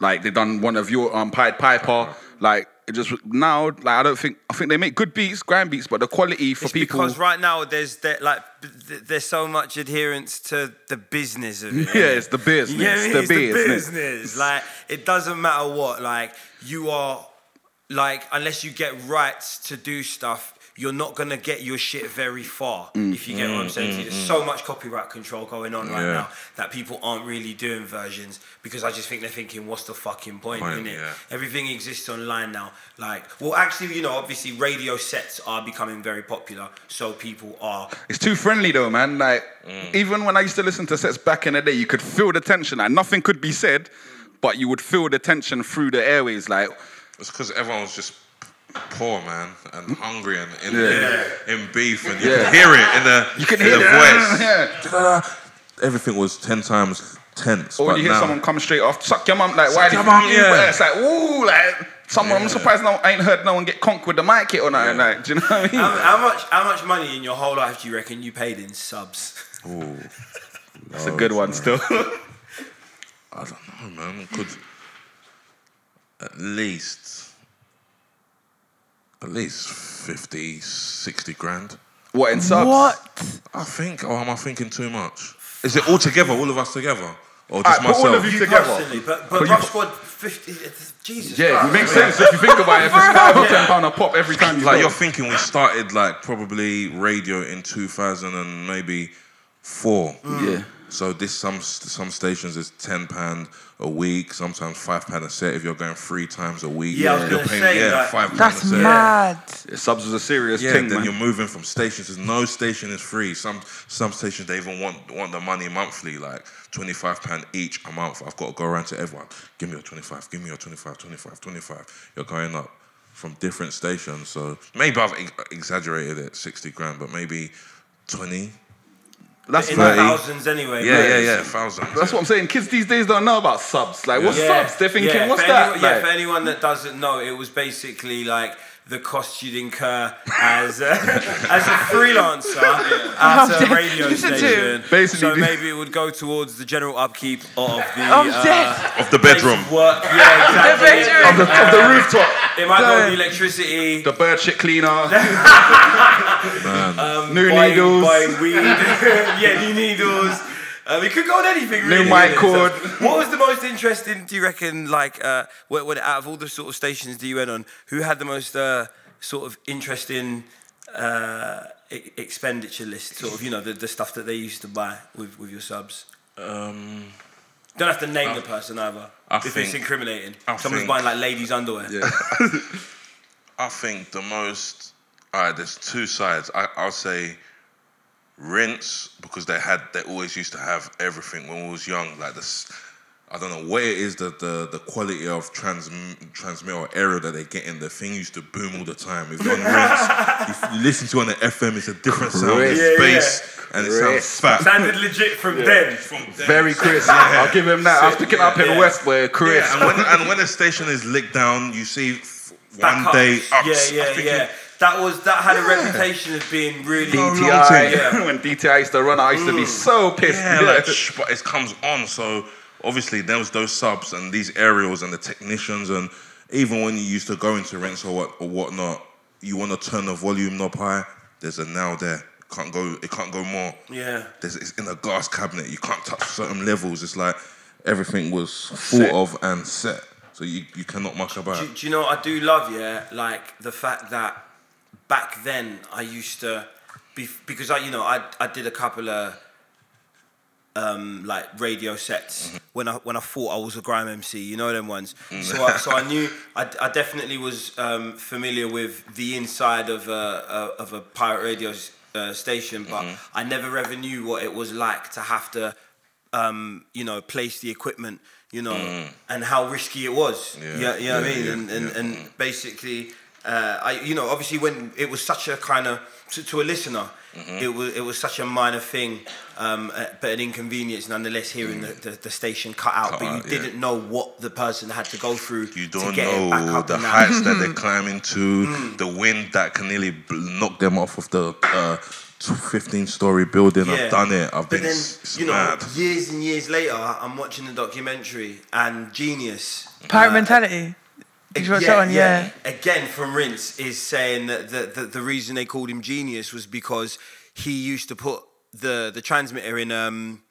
like they done one of your um Pied Piper. Like it just now, like I don't think I think they make good beats, grand beats, but the quality for It's people. because right now there's there, like b- th- there's so much adherence to the business of it. yeah, it's the business. You get me? the It's the business. business. Like it doesn't matter what. Like you are, like unless you get rights to do stuff. You're not gonna get your shit very far Mm. if you get what I'm saying. to you. There's so much copyright control going on right Yeah. now that people aren't really doing versions because I just think they're thinking, what's the fucking point, Point, innit? yeah. Everything exists online now. Like, well, actually, you know, obviously, radio sets are becoming very popular, so people are It's too friendly though, man. Like even when I used to listen to sets back in the day, you could feel the tension. Like nothing could be said, but you would feel the tension through the airways. Like It's because everyone was just poor, man, and hungry and in, Yeah. in, in beef, and you Yeah. could hear it in the you could in hear the the voice. Yeah. Everything was ten times tense. Or but you hear now, someone come straight off, suck your mum. Like Suck why? your did mum, you- yeah. It's like ooh, like someone. Yeah. I'm surprised no, I ain't heard no one get conked with the mic hit or nothing. Like do you know what I mean? How, how much? How much money in your whole life do you reckon you paid in subs? Ooh, That's a good one still. I don't know, man. Could at least at least 50, 60 grand. what in subs? What? I think. Or am I thinking too much? Is it all together? All of us together? Or Alright, just put myself? all of you together. Personally, but but But you- Rough Squad fifty. Jesus. Yeah, it Christ. makes sense if you think about it. If it's five or ten pound a pop every time you like go. you're thinking we started like probably radio in 2000 and maybe four Mm. Yeah. so this some some stations is 10 pound a week sometimes 5 pound a set if you're going three times a week Yeah, I was you're gonna say, yeah like, 5 pound a That's set mad. subs was a serious yeah, thing, then man. you're moving from stations. There's no station is free. Some some stations they even want want the money monthly, like twenty five pound each a month. I've got to go around to everyone. Give me your twenty five. Give me your 25, 25, 25. You're going up from different stations. So maybe I've ex- exaggerated it, sixty grand, but maybe twenty. That's in fair. the thousands anyway. Yeah, but- yeah, yeah, thousand. That's what I'm saying. Kids these days don't know about subs. Like, what's Yeah, subs? They're thinking, yeah, what's for that? anyone- yeah, Like, for anyone that doesn't know, it was basically like the cost you'd incur as a, as a freelancer at I'm a dead. radio Listen to him. station. Basically, so the- maybe it would go towards the general upkeep of the I'm uh, dead. Of the bedroom. Work. Yeah, exactly. bedroom. of the, of the rooftop, It might go on the electricity. the bird shit cleaner, Man. new buying, needles, Buying weed. yeah, new needles. Um, it could go on anything really. mic innit? cord. So, what was the most interesting, do you reckon, like, uh, when, when, out of all the sort of stations that you went on, who had the most uh, sort of interesting uh, e- expenditure list, sort of, you know, the, the stuff that they used to buy with, with your subs? Um, Don't have to name the person either. I if it's think- incriminating. I Someone's think- buying, like, ladies' underwear. Yeah. I think the most. All right, there's two sides. I, I'll say rinse because they had they always used to have everything when we was young. Like this, I don't know what it is the the, the quality of trans transmit or error that they get in. The thing used to boom all the time. If you're on rinse, if you listen to it on the FM, it's a different sound. It's Crisp. Yeah, yeah. bass and it Crisp. sounds fat. Sounded legit from them. From them. very crisp. I'll give him that. I was picking up in Yeah. West where Yeah, crisp. and when and when the station is licked down, you see f- Back one ups. day ups. Yeah, I'm yeah, thinking, yeah. That was that had a reputation of being really DTI. Yeah. when DTI used to run, I used to be so pissed. Yeah, Yeah. like, shh, but it comes on. So obviously there was those subs and these aerials and the technicians and even when you used to go into rinse or what or whatnot, you want to turn the volume knob high, there's a now there. Can't go. It can't go more. Yeah. There's, it's in a glass cabinet. You can't touch certain levels. It's like everything was Set. thought of and set. So you, you cannot muck about. Do, do you know what I do love? Yeah, like the fact that back then I used to, be, because I you know I I did a couple of um like radio sets Mm-hmm. when I when I thought I was a grime MC. You know them ones. Mm. So I, so I knew I, I definitely was um, familiar with the inside of a, a of a pirate radio s- uh, station, but Mm-hmm. I never ever knew what it was like to have to um, you know, place the equipment, you know, and how risky it was. Yeah, you, Mm. Yeah. know- you know what I Yeah, mean? yeah, and and, yeah. and basically, uh, I you know, obviously when it was such a kind of to, to a listener, Mm-hmm. it was it was such a minor thing, um, uh, but an inconvenience nonetheless. Hearing the, the, the station cut out, Mm. Cut but you out, yeah. didn't know what the person had to go through You to don't get it back know up Mm. the and out. heights that they're climbing to, the wind that can nearly bl- knock them off of the uh, 15 story building. Yeah. I've done it. but I've been then, s- it's you know, mad. years and years later, I'm watching the documentary and Genius. Pirate uh, mentality. Did you watch that one? yeah. Again, from Rince is saying that the, the, the reason they called him genius was because he used to put the, the transmitter in um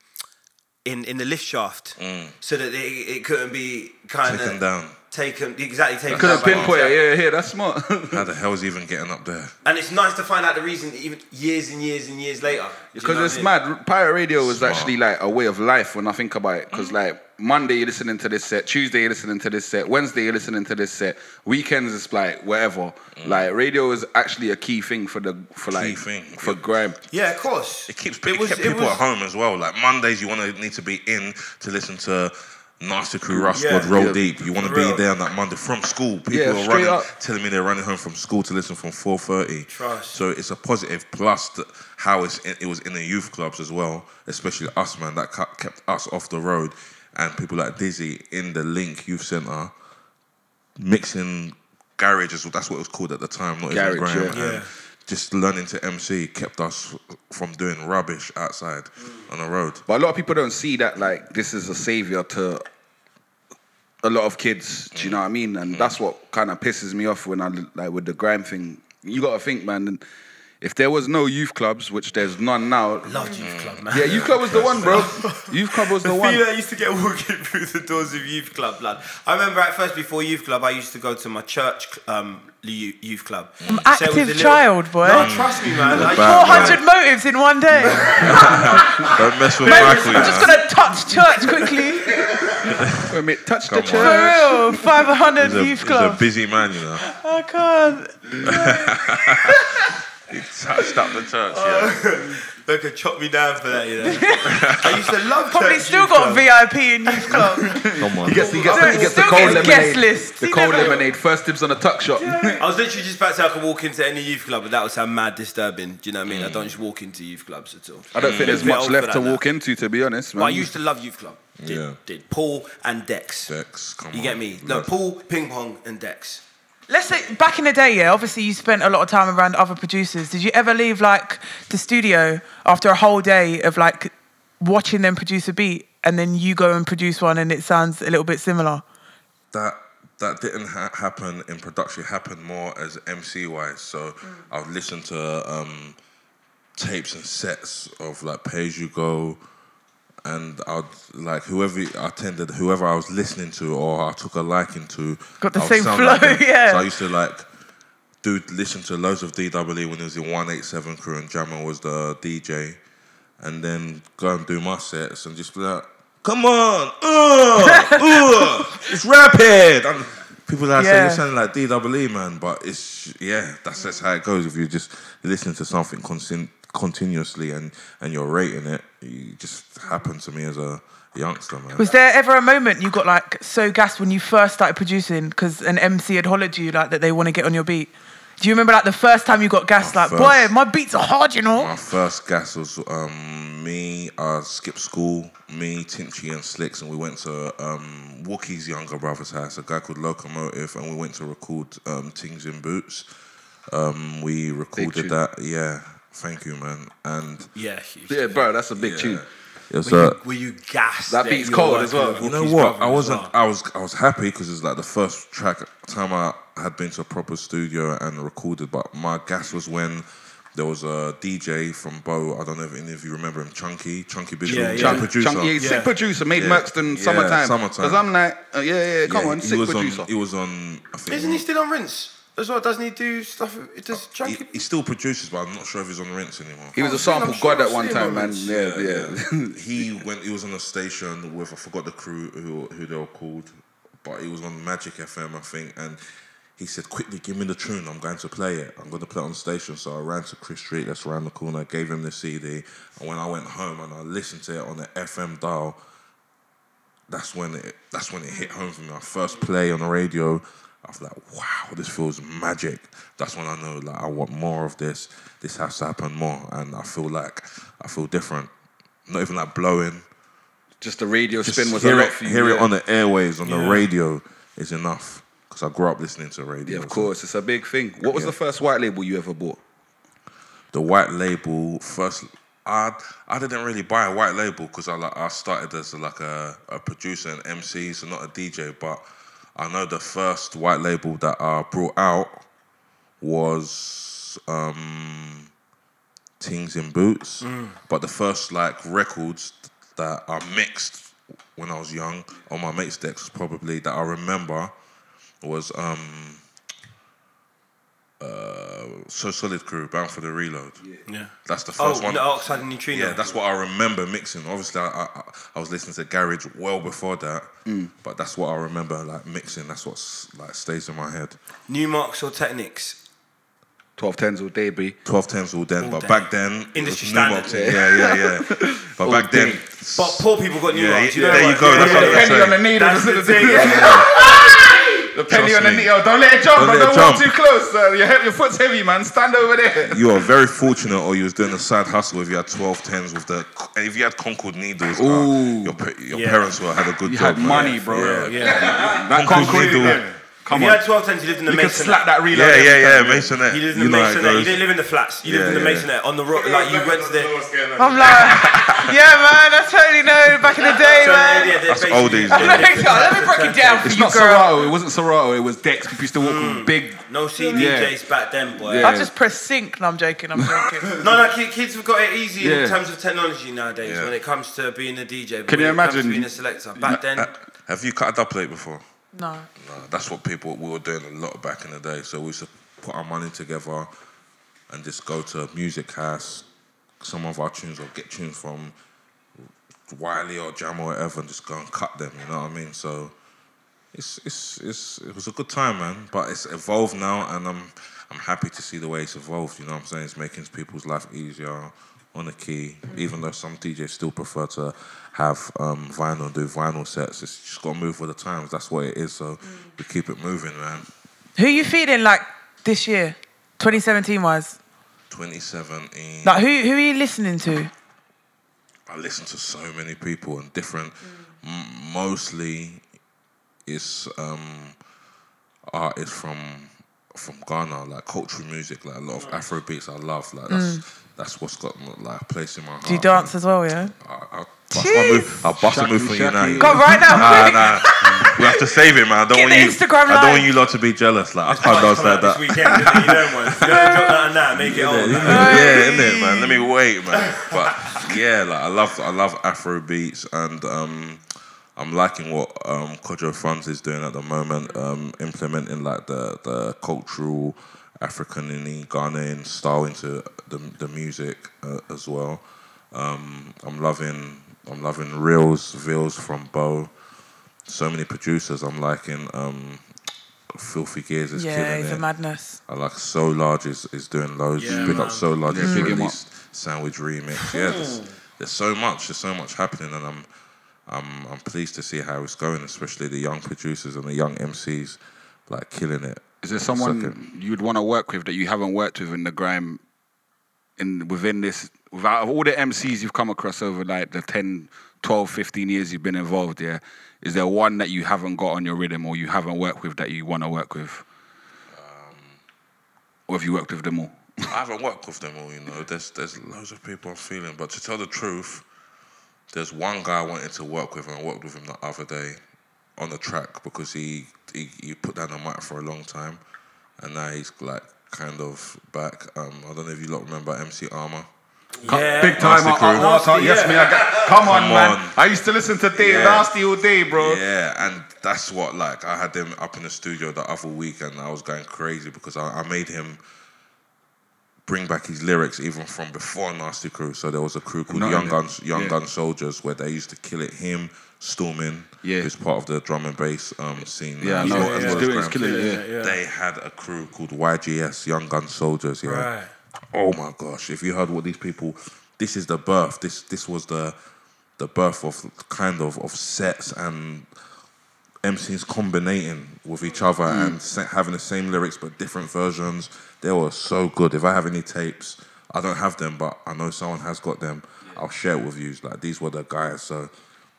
in, in the lift shaft so that it, it couldn't be kind of Taken Mm. down. Taken exactly taken Could down. have by- pinpoint it. Yeah, here, that's smart. How the hell's even getting up there? And it's nice to find out the reason even years and years and years later. Do you know Because what it's I mean? mad. Pirate radio was Smart. actually like a way of life when I think about it. Because like Monday you're listening to this set, Tuesday you're listening to this set, Wednesday you're listening to this set, weekends it's like whatever. Like radio is actually a key thing for the for like thing, for grime. Yeah, of course. It keeps It it was- kept it people was- at home as well. Like Mondays, you want to need to be in to listen to Nasty Crew, Rough Yeah. Squad, Roll Yeah. Deep. You want to be Real. there on that Monday from school. People Yeah, are straight running, up. telling me they're running home from school to listen from four thirty. Trust. So it's a positive. Plus, the, how it's in, it was in the youth clubs as well, especially us, man. That cu- kept us off the road, and people like Dizzy in the Link Youth Centre mixing garages. That's what it was called at the time, not Garage, even Graham. yeah. and Yeah. Just learning to MC kept us from doing rubbish outside on the road. But a lot of people don't see that like this is a savior to a lot of kids. Do you know what I mean? And that's what kind of pisses me off when I like with the grime thing. You got to think, man. If there was no youth clubs, which there's none now, Loved Mm. Youth Club, man. yeah, youth club was the one, bro. Youth club was the one. feel I used to get walking through the doors of youth club, lad. I remember at first before youth club, I used to go to my church um, you- youth club. I'm active child, boy. No, trust me, man. I used to- Uh, 400 motives in one day. Don't mess with I'm Michael. you just know. going to touch church quickly. When it touched the Come For chair. on. real. 500 He's a, youth he's a club. busy man, you know. I can't. He touched up the church, yeah. They could chop me down for that, you know. I used to love Probably church still youth got club. VIP in youth club. Come on. He gets, he gets, Still- the, he gets the still cold gets guest lemonade. list. The He cold never- lemonade. First dibs on a tuck shop. I was literally just about to say I could walk into any youth club, but that would sound mad disturbing. Do you know what I mean? I Mm. don't just walk into youth clubs at all. Mm. I don't think there's Bit much old left for to that now. walk into, to be honest, man. But I used to love youth club. Did, Yeah. did Paul and Dex. Dex, come You on. get me? No, Love- Paul, ping pong, and Dex. Let's say back in the day, yeah, obviously you spent a lot of time around other producers. Did you ever leave like the studio after a whole day of like watching them produce a beat and then you go and produce one and it sounds a little bit similar? that that didn't ha- happen in production. It happened more as MC wise. So Mm. I would listen to um, tapes and sets of like Pay As You Go, and I'd like whoever I attended, whoever I was listening to or I took a liking to. Got the I would same sound flow, them. yeah. So I used to like. Dude, listen to loads of DWE when he was in 187 crew and Jammer was the DJ and then go and do my sets and just be like, come on, uh, uh, it's rapid. And people like say, Yeah. you're sounding like DWE, man, but it's, yeah, that's just how it goes. If you just listen to something constant, continuously and, and you're rating it, it just happened to me as a youngster, man. Was there ever a moment you got like so gassed when you first started producing because an MC had hollered you like that they want to get on your beat? Do you remember like the first time you got gassed, like, first- boy, my beats are hard, you know? My first gas was um, me, I skipped school, me, Tinchy and Slicks, and we went to um, Wookie's younger brother's house, a guy called Locomotive, and we went to record um, Things in Boots. Um, we tune. recorded that, yeah. Thank you, man. And Yeah, huge. yeah, bro, that's a big yeah, tune. It was, Were uh, you, were you gassed? That beats beat's cold as well. you know what? I wasn't. I was. I was happy because it's like the first track time I had been to a proper studio and recorded, but my guess was when there was a DJ from Bo. I don't know if any of you remember him, Chunky, Chunky Big Yeah, Room, yeah. Chunk producer. Chunky, yeah. Yeah. sick producer, made Yeah. Merkston Yeah, summertime. Summertime. Because I'm like, uh, yeah, yeah, come Yeah, on, he sick was producer. on. He was on. I think Isn't he still on rinse as well? Doesn't he do stuff? Does he, Chunky? he still produces, but I'm not sure if he's on Rinse anymore. He was Oh, a sample I'm sure god I've at one seen time, him man. on Yeah, yeah. he went. He was on a station with I forgot the crew who who they were called, but he was on Magic FM, I think, and. He said, "Quickly, give me the tune. I'm going to play it. I'm going to play it on the station." So I ran to Chris Street, that's around the corner. I gave him the CD, and when I went home and I listened to it on the FM dial, that's when it that's when it hit home for me. My first play on the radio, I was like, wow, this feels magic. That's when I know like I want more of this. This has to happen more, and I feel like I feel different. Not even like blowing. Just the radio Just spin was a hear lot it, for you. hear yeah. it on the airwaves on Yeah. the radio is enough because I grew up listening to radio. Yeah, of course, it's a big thing. What was Yeah. the first white label you ever bought? the white label first I I didn't really buy a white label because I like I started as like a, a producer and MC, so not a DJ. But I know the first white label that I brought out was um, Things in Boots. Mm. But the first like records that I mixed when I was young on my mates' decks was probably that I remember was um, uh, So Solid Crew, Bound for the Reload. Yeah. That's the first Oh, one. no, Oxide and Neutrino. Yeah, that's what I remember mixing. Obviously, I, I, I was listening to Garage well before that, Mm. but that's what I remember like mixing. That's what's like stays in my head. New marks or techniques. 1210s all day, B. Twelve tens all then, All but day. back then it Industry was Numox. standard. Yeah, yeah, yeah. but back day. then, But poor people got new Yeah, marks. yeah, know there what? you go, that's what I'm yeah. saying. Penny on the needle. That's the The, thing. penny Trust on the me. needle. Don't let it jump. Don't, Don't let it don't walk jump. too close. sir. your, he- your foot's heavy, man. Stand over there. you are very fortunate, or you was doing a side hustle if you had twelve tens with the and if you had Concord needles. uh, Ooh. your pa- your Yeah. parents were had a good You job. had man. money, bro. Yeah, Yeah. That Concrete concrete. needle. man. If Come you on. had 12 tens, you lived in the You can Masonette. slap that reload. yeah, every yeah, time. yeah. Masonette. You lived in the how it Masonette. You goes. didn't live in the flats. You lived Yeah, in the yeah. Masonette on the road. Like you went to the. I'm like, yeah, man, I totally know back in the day, man. Yeah, they're That's basically- Yeah, oldies, man. they're Let me break it down for It's you, not girl. Serato. It wasn't Serato. It was Dex. People used to walk Mm. with big. No CDJs back then, boy. Yeah. I just press sync. No, I'm joking. I'm joking. No, no, ki- kids have got it easy Yeah. in terms of technology nowadays Yeah. when it comes to being a DJ. but Can you when it comes to imagine- being a selector? Back then, Uh, Have you cut a dub plate before? No. No, that's what people we were doing a lot back in the day. So we used to put our money together and just go to a music house, some of our tunes or get tunes from Wiley or Jam or whatever, and just go and cut them. You know what I mean? So it's it's it's it was a good time, man. But it's evolved now, and I'm I'm happy to see the way it's evolved. You know what I'm saying? It's making people's life easier on the key, even though some DJs still prefer to have um, vinyl do vinyl sets. It's just got to move with the times. That's what it is. So we keep it moving, man. Who you feeling like this year, 2017 wise? 2017. Like who who are you listening to? I listen to so many people and different. M- mostly, it's um, artists from from Ghana, like cultural music, like a lot of Afro beats. I love like that's that's what's got like a place in my heart. Mm. Do you dance as well? Yeah. I, I bust my move. I bust a Shaki, move for you now. shaki. you Go know. right now. Nah, quick. nah. We have to save it, man. I don't Get want the you. Instagram I don't live. want you lot to be jealous. Like I Might can't dance come out like that. This weekend, innit? you know, man. You gotta drop that and that, make it old. man. Yeah, isn't it, man? Let me wait, man. But yeah, like I love I love Afro beats and um I'm liking what um Kojo Funds is doing at the moment, um, implementing like the the cultural African and Ghanaian style into the the music uh, as well. Um, I'm loving I'm loving reels, reels from Bo. So many producers I'm liking. Um, Filthy Gears is Yeah, killing it's it. a madness. I like So Large is, is doing loads. Yeah, Big man. up So Large has big him released Sandwich Remix. Yeah, there's, there's so much. There's so much happening, and I'm I'm I'm pleased to see how it's going, especially the young producers and the young MCs, like killing it. Is there One someone second. you'd want to work with that you haven't worked with in the grime, in within this, without of all the MCs you've come across over like the 10, 12, 15 years you've been involved? Yeah, is there one that you haven't got on your rhythm or you haven't worked with that you want to work with, Um, or have you worked with them all? I haven't worked with them all, you know. There's there's loads of people I'm feeling, but to tell the truth, there's one guy I wanted to work with, and I worked with him the other day, on the track because he, he he put down the mic for a long time, and now he's like kind of back. Um, I don't know if you lot remember MC Armour. Yeah. Big time. Nasty I, I, crew. I, I, yes, uh, Yeah. me. I got, come on, Come man. on. I used to listen to Dave Yeah. Nasty all day, bro. Yeah, and that's what like I had them up in the studio the other week, and I was going crazy because I, I made him bring back his lyrics even from before Nasty Crew. So there was a crew called Not Young in Guns, it. Young Yeah. Gun Soldiers, where they used to kill it. Him, Stormin, Yeah. who's part of the drum and bass um, scene. Yeah, I as know. well- as He's well as doing- he's Graham. killing it. Yeah. They had a crew called YGS, Young Gun Soldiers. Yeah. Right. Oh my gosh! If you heard what these people, this is the birth. This this was the the birth of kind of of sets and MCs combining with each other Hmm. and sa- having the same lyrics but different versions. They were so good. If I have any tapes, I don't have them, but I know someone has got them. I'll share it with you. Like these were the guys. So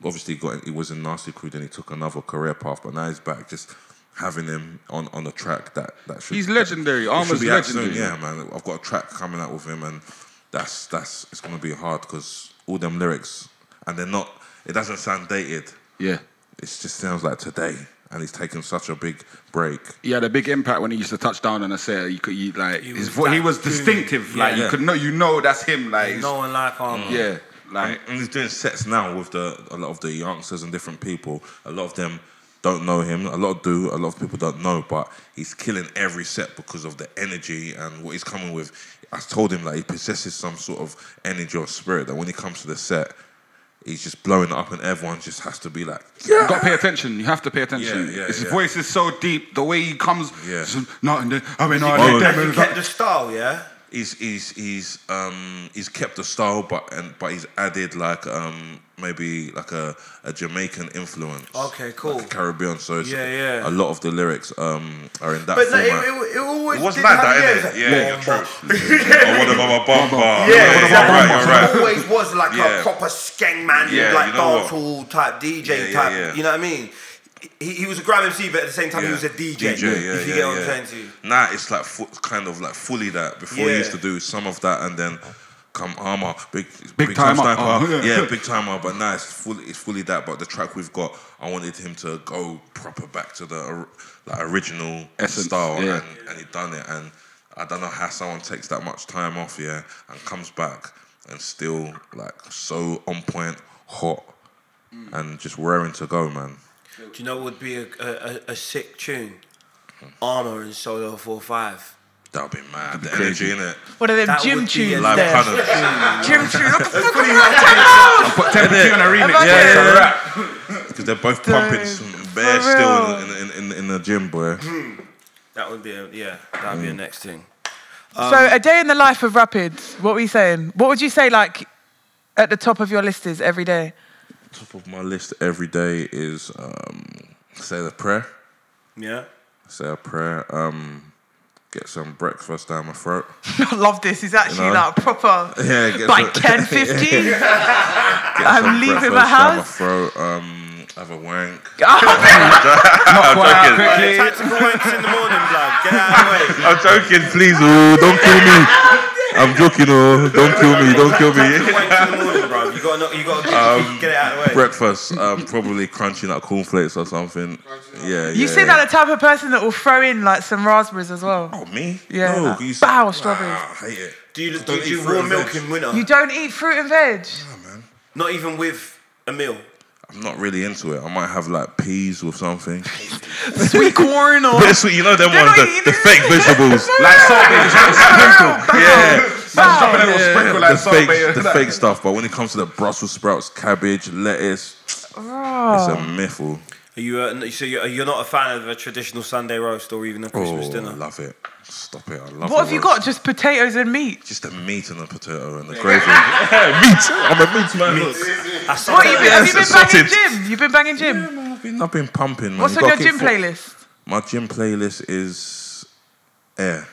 obviously, he got he was in Nasty Crew, then he took another career path, but now he's back. Just having him on on a track that that should He's legendary. it should Armour's be out soon, legendary. Yeah, man. I've got a track coming out with him, and that's that's it's gonna be hard because all them lyrics and they're not. It doesn't sound dated Yeah. it just sounds like today, and he's taken such a big break. He had a big impact when he used to touch down on a set. You could, you, like, he his was vo- he that was dude. distinctive. Like, you Yeah. could know, you know, that's him. Like, No one like Mm. Armour. yeah, like, And he's doing sets now with the a lot of the youngsters and different people. A lot of them don't know him. A lot do. A lot of people don't know, but he's killing every set because of the energy and what he's coming with. I told him like he possesses some sort of energy or spirit that when he comes to the set, he's just blowing it up, and everyone just has to be like, You got to pay attention. You have to pay attention. Yeah, yeah, His yeah. voice is so deep. The way he comes. Yeah. so- Not in the. I mean, Oh, I And you mean, kept the style, yeah? he's he's he's um he's kept the style but and but he's added like um maybe like a, a Jamaican influence. Okay, cool. Like a Caribbean so it's- Yeah, yeah. a lot of the lyrics um are in that But no, it, format. it, it always it was did mad have- that, innit? it's Yeah, like- you're true. I want a mama bumper. Oh, Yeah, Yeah, yeah, exactly. yeah, you're right, you're right. always was like Yeah. a proper skeng man, Yeah, like you know what? dancehall type DJ Yeah, yeah, type. yeah. You know what I mean? He, he was a grime MC, but at the same time he was a DJ. if you get what I'm saying to you. Nah, it's like fu- kind of like fully that. Before Yeah. you used to do some of that and then come armor, big Big time up. sniper, Oh, yeah. yeah. big time up. But now it's fully it's fully that. But the track we've got, I wanted him to go proper back to the or- like original Essence, style, yeah. and, and he done it. And I don't know how someone takes that much time off, yeah, and comes back and still like so on point, hot, and just raring to go, man. Do you know what would be a, a, a, a sick tune? Armor and Solo 45. That'll be mad. The crazy. energy in it. What are them That gym would be tunes a- Live there? kind of. Gym tunes. Look at the fucking Put temperature on a remix. Imagine. Yeah, it's a Yeah. wrap. Because they're both pumping Dude, some bear for still real. in, in, in, in the gym, boy. That would be a, yeah, that would be a Mm. next thing. So a day in the life of Rapids. What were you saying? What would you say like at the top of your list is every day? Top of my list every day is um, say the prayer. Yeah? Say a prayer. Um, get some breakfast down my throat. I love this. It's actually You know? like proper. Yeah, get By some- 10:15. Get I'm some leaving breakfast my down house. Ah, throat. Um, have a wank. Knock one out joking. quickly. Tactical wanks in the morning, blood. Get out of the way. I'm joking, please. Oh, don't kill me. I'm joking. Oh, don't kill me. Don't kill me. Tactical wanks in the morning, bro. You gotta, know- you gotta get, Um, get it out of the way. Breakfast, um, probably crunching up cornflakes or something. Yeah, You yeah, seem yeah. like the type of person that will throw in like some raspberries as well. Oh, me? Yeah, No, like, 'cause you s- bow strawberries. Ah, I hate it. Do you do, Don't eat you do fruit warm and milk veg. in winter? You don't eat fruit and veg. Not even with a meal. I'm not really into it. I might have like peas with something. Sweet corn or Bittersweet, you know them They're ones, not the, eating the fake vegetables. Like salt bay, just sprinkle. yeah, Just drop a little yeah, sprinkle like the, salt bay. fake, the fake stuff. But when it comes to the Brussels sprouts, cabbage, lettuce, Ah. it's a mythful. Are you uh, so you're, you're not a fan of a traditional Sunday roast or even a Oh, Christmas I dinner? love it. Stop it. I what love the have you roast. got? Just potatoes and meat. Just the meat and the potato and the gravy. yeah, meat. I'm a meat man. Look. I saw What you been, have you been Yes, banging sausage. gym? You've been banging Yeah, gym. man, I've been, I've been pumping, man. What's You on your gotta gym keep fit. playlist? My gym playlist is air.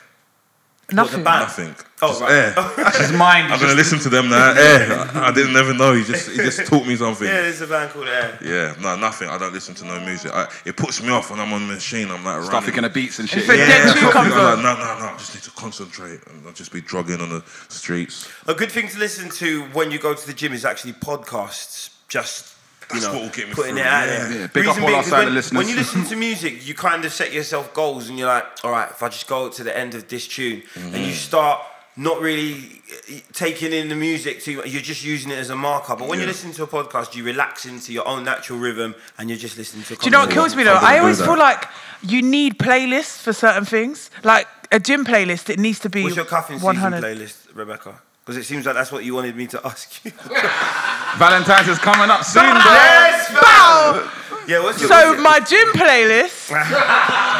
Nothing. band? Nothing. Oh, Just right. air. His mind. I'm gonna listen to them now. Eh, I, I didn't never know. He just he just taught me something. Yeah, Yeah. there's a band called Air. no, nothing. I don't listen to no music. I, it puts me off when I'm on the machine. I'm like Start running. thinking of beats and shit. If it- Yeah, Then I'm two like, comes no, on. no, no, no. I just need to concentrate and I'll just be jogging on the streets. A good thing to listen to when you go to the gym is actually podcasts. Just you know, That's what will get me putting through, it out yeah. there. Yeah, big up all being, our 'cause silent when, listeners. When you listen to music, you kind of set yourself goals, and you're like, all right, if I just go to the end of this tune, and Mm-hmm. you start not really eh, taking in the music too much, you're just using it as a marker. But when you Yeah. listen to a podcast, you relax into your own natural rhythm, and you're just listening to. A Do you know what kills me though? gonna I do always that. feel like you need playlists for certain things. Like a gym playlist, it needs to be What's your cuffing season 100. playlist, Rebecca? Because it seems like that's what you wanted me to ask you. Valentine's is coming up soon. yes, Bow! Yeah, what's your So my gym playlist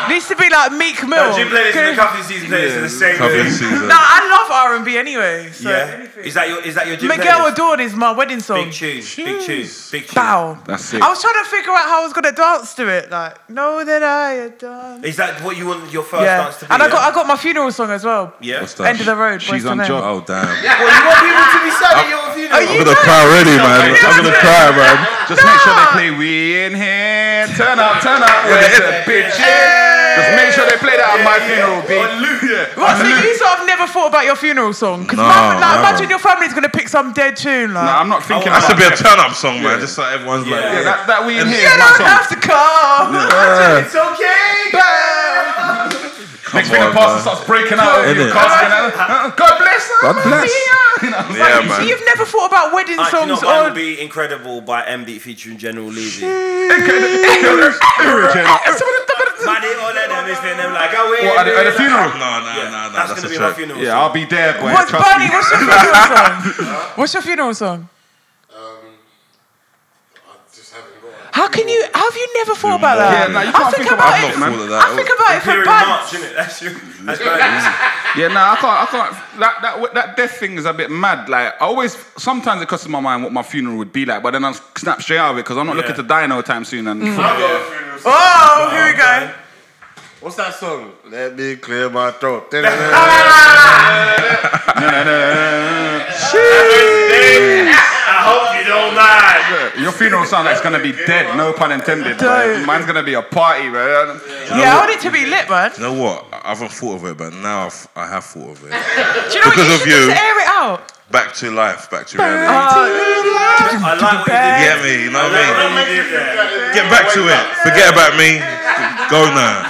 needs to be like Meek Mill. No, gym playlist and the 'Cause- cuffing season playlist are the same. Cuffing thing. season. no, I love R and B anyway. So Yeah, anything. is that your is that your gym Miguel playlist? Adorn is my wedding song. Big tune, big tune, big tune. Bow. That's it. I was trying to figure out how I was gonna dance to it. Like, know that I had done. Is that what you want your first Yeah, dance to be? and I got yeah? I got my funeral song as well. yeah. What's that? End of the road. She's West on to Men. job. Oh damn. Well, you want people to be sad at your funeral. Are you- I'm gonna cry already, man. I'm gonna cry, man. Just make sure they play We In Here. Turn up, turn up. Where it's a bitch. Yeah. Just make sure they play that at my funeral, B. Oh, What, so you sort of never thought about your funeral song? Because No, like, never. imagine your family's gonna pick some dead tune like. Nah, I'm not thinking I That about should be a turn up song, man. Just so everyone's like, Yeah, that, that We In you Here is my don't song. have to come. It's okay. Girl. come Next thing the on, pastor man. starts breaking out of Isn't you, it? casting out. God bless her. God bless. You know, it's Yeah, like, So man. you've never thought about wedding I Ah, do songs not mind or be incredible by MB featuring General Levy. Money all of them is paying them like I wait. What, at the- at the funeral? No, no, no, no. that's, That's gonna a be my trap. funeral. Yeah, song. I'll be there, boy. What's trust Bernie? me. What's your funeral song? What's your funeral song? Um, I just haven't got. it. How can you? How have you never thought about Yeah, that? nah, I you can't think think about about I've it. not man. thought I of that. think about it for Imperial bands. March, innit? That's your. That's right. Yeah, no, I can't. I can't. That that w- that death thing is a bit mad. Like I always, sometimes it crosses my mind what my funeral would be like, but then I snap straight out of it because I'm not looking to die no time soon. And Mm. I got a funeral song. Oh, here we go. What's that song? Let me clear my throat. Da-da-da-da. I hope you don't mind. your funeral sound like it's gonna be dead. No pun intended. Don't. But mine's gonna be a party, bro. Yeah, I want it to be lit, man. You know what? I haven't thought of it, but now I've, I have thought of Do it. you know what? Because You of should you. just air it out. Back to life, back to reality. Ah. Oh, I like what you did. Get me, you know what I mean? What you did there. Get back to it. Forget about me. Go now.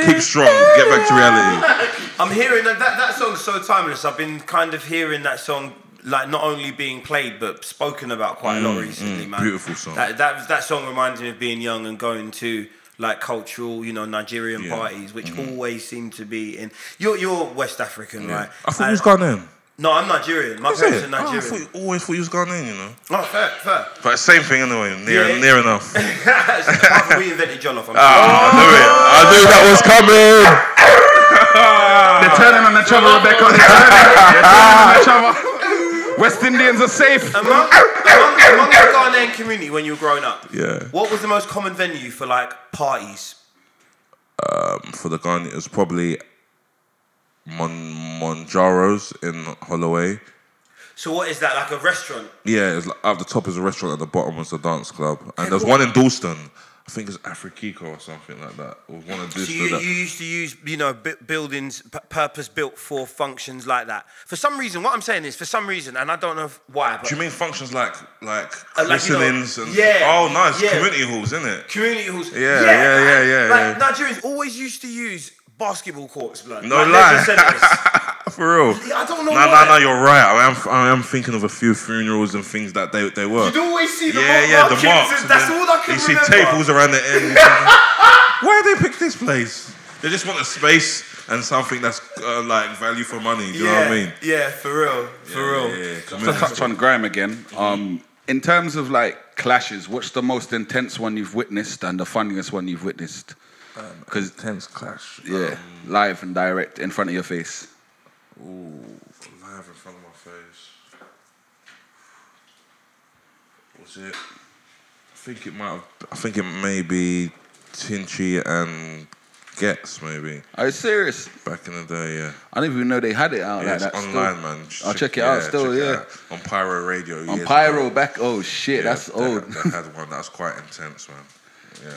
Keep strong. Get back to reality. I'm hearing that, that that song's so timeless. I've been kind of hearing that song like not only being played but spoken about quite a lot recently, man. Mm, beautiful song. That, that that song reminds me of being young and going to like cultural, you know, Nigerian Yeah. Mm-hmm. parties, which always seem to be in. You're you're West African, right? I And- thought you was Ghanaian. No, I'm Nigerian. My Is parents it? are Oh, I thought Nigerian. you, always thought you was Ghanaian, you know. Oh, fair, fair. But same thing anyway. Near, Yeah. near enough. Apart from we invented jollof. I'm Ah, I knew it. I knew that was coming. Uh, They're turning on each other, Rebecca. They're turning, they're turning on uh, each other. West Indians are safe. among, among, among the Ghanaian community when you were growing up, Yeah. what was the most common venue for like parties? For the Ghanaian, it was probably Mon- Monjaro's in Holloway. So what is that like a restaurant? Yeah, it's like, at the top is a restaurant, at the bottom was a dance club, and there's one in Dalston. I think it's Afrikiko or something like that. Or one of So this you, or that. you used to use you know bu- buildings p- purpose built for functions like that. For some reason, what I'm saying is for some reason, and I don't know why, but Do you mean functions like Uh, like like, you know, christenings and yeah, oh nice yeah. community halls, isn't it? community halls. Yeah, yeah, yeah, yeah, Like Nigerians always used to use basketball courts, blood. No Like, lie. legend said this. For real. Yeah, I don't know No, why. no, no. You're right. I am. I am thinking of a few funerals and things that they they were. You'd always see the yeah, mark- yeah, the markings, marks. and and That's then all I can You see remember. tables around the end. you think, Why did they pick this place? They just want a space and something that's uh, like value for money. Do you know what I mean? Yeah, for real, for real. Yeah, to community. touch on Graham again. Um, in terms of like clashes, what's the most intense one you've witnessed and the funniest one you've witnessed? Because Tense clash. yeah, live and direct in front of your face. Live in front of my face. Was it? I think it might have. I think it may be Tinchy and Gets maybe Are you serious? back in the day. Yeah. I didn't even know they had it out Yeah, like it's that. still. online, man. I'll check it out still, check it yeah. out. On Pyro Radio. On years pyro ago. back. Oh shit, Yeah, that's they old. Had, they had one that was quite intense, man.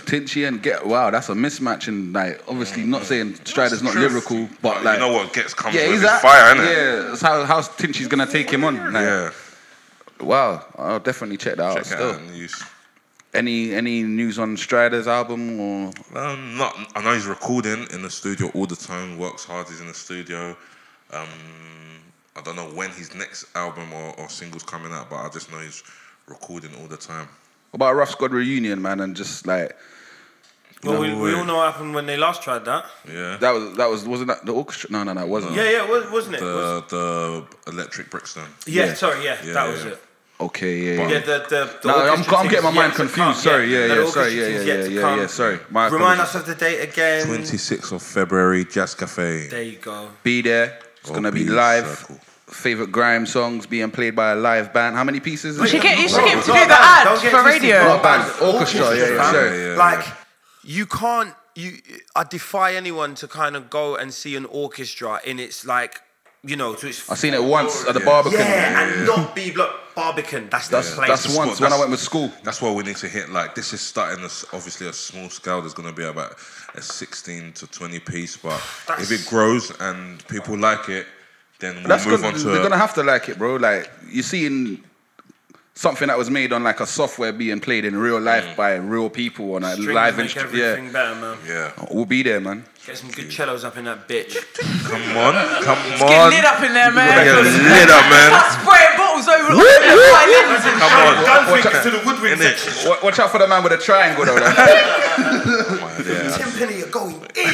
Tinchy and get wow, that's a mismatch. And like, obviously, not saying Strider's not Truth. lyrical, but like, you know what gets comes yeah, with he's is at fire, innit? Yeah, that's how how's Tinchy's gonna take him on? Like, yeah. Wow, I'll definitely check that Check out. it Oh, Still. out and use Any any news on Strider's album or Um, not, I know he's recording in the studio all the time. Works hard. He's in the studio. Um, I don't know when his next album or, or single's coming out, but I just know he's recording all the time. about a Rough Squad reunion, man? And just like Well, we, No we way. all know what happened when they last tried that. Yeah. that was that was wasn't that the orchestra? No, no, no, it wasn't. Yeah, yeah, wa- wasn't it? Was- the the electric Brixton. yeah, yeah. sorry, yeah, Yeah, that yeah, was yeah. it. Okay, yeah, yeah. Yeah, the, the, the No, I'm, orchestra I'm getting my thing's mind yet to come, confused. Sorry, yeah, The yeah, orchestra sorry, yeah, yeah, thing's yeah, yet to yeah, come. yeah, sorry. My Remind us apologies. of the date again. 26th of February, Jazz Cafe. There you go. Be there. It's Or gonna be be live. circle. Favorite grime songs being played by a live band. How many pieces? Is She it? can, she Bro, can do not a the band, don't ads get for twisted, radio. not a band, Orchestra, yeah, yeah, fam. sorry, yeah, like yeah. you can't. You, I defy anyone to kind of go and see an orchestra in its like, you know, to its. I seen it once at the Yeah. Barbican. yeah, and not be like Barbican. That's the That's, place. that's the once spot. when I That's- went with school. That's why we need to hit like this is starting as obviously a small scale. There's going to be about a 16 to 20 piece, but That's- if it grows and people like it, then we'll That's move gonna, on to. they're gonna have to like it, bro. Like you're seeing something that was made on like a software being played in real life Mm. by real people on a Strings live make instru- everything better, man. yeah, We'll be there, man. Get some good cellos up in that bitch. come on, come Get on, lit up in there, Get man. lit up, man. Start spraying bottles over all the violins and Come on, Gunfingers to the woodwind Innit? section. Wa- Watch out for the man with a triangle, though. though. Yeah. Timpani are going in.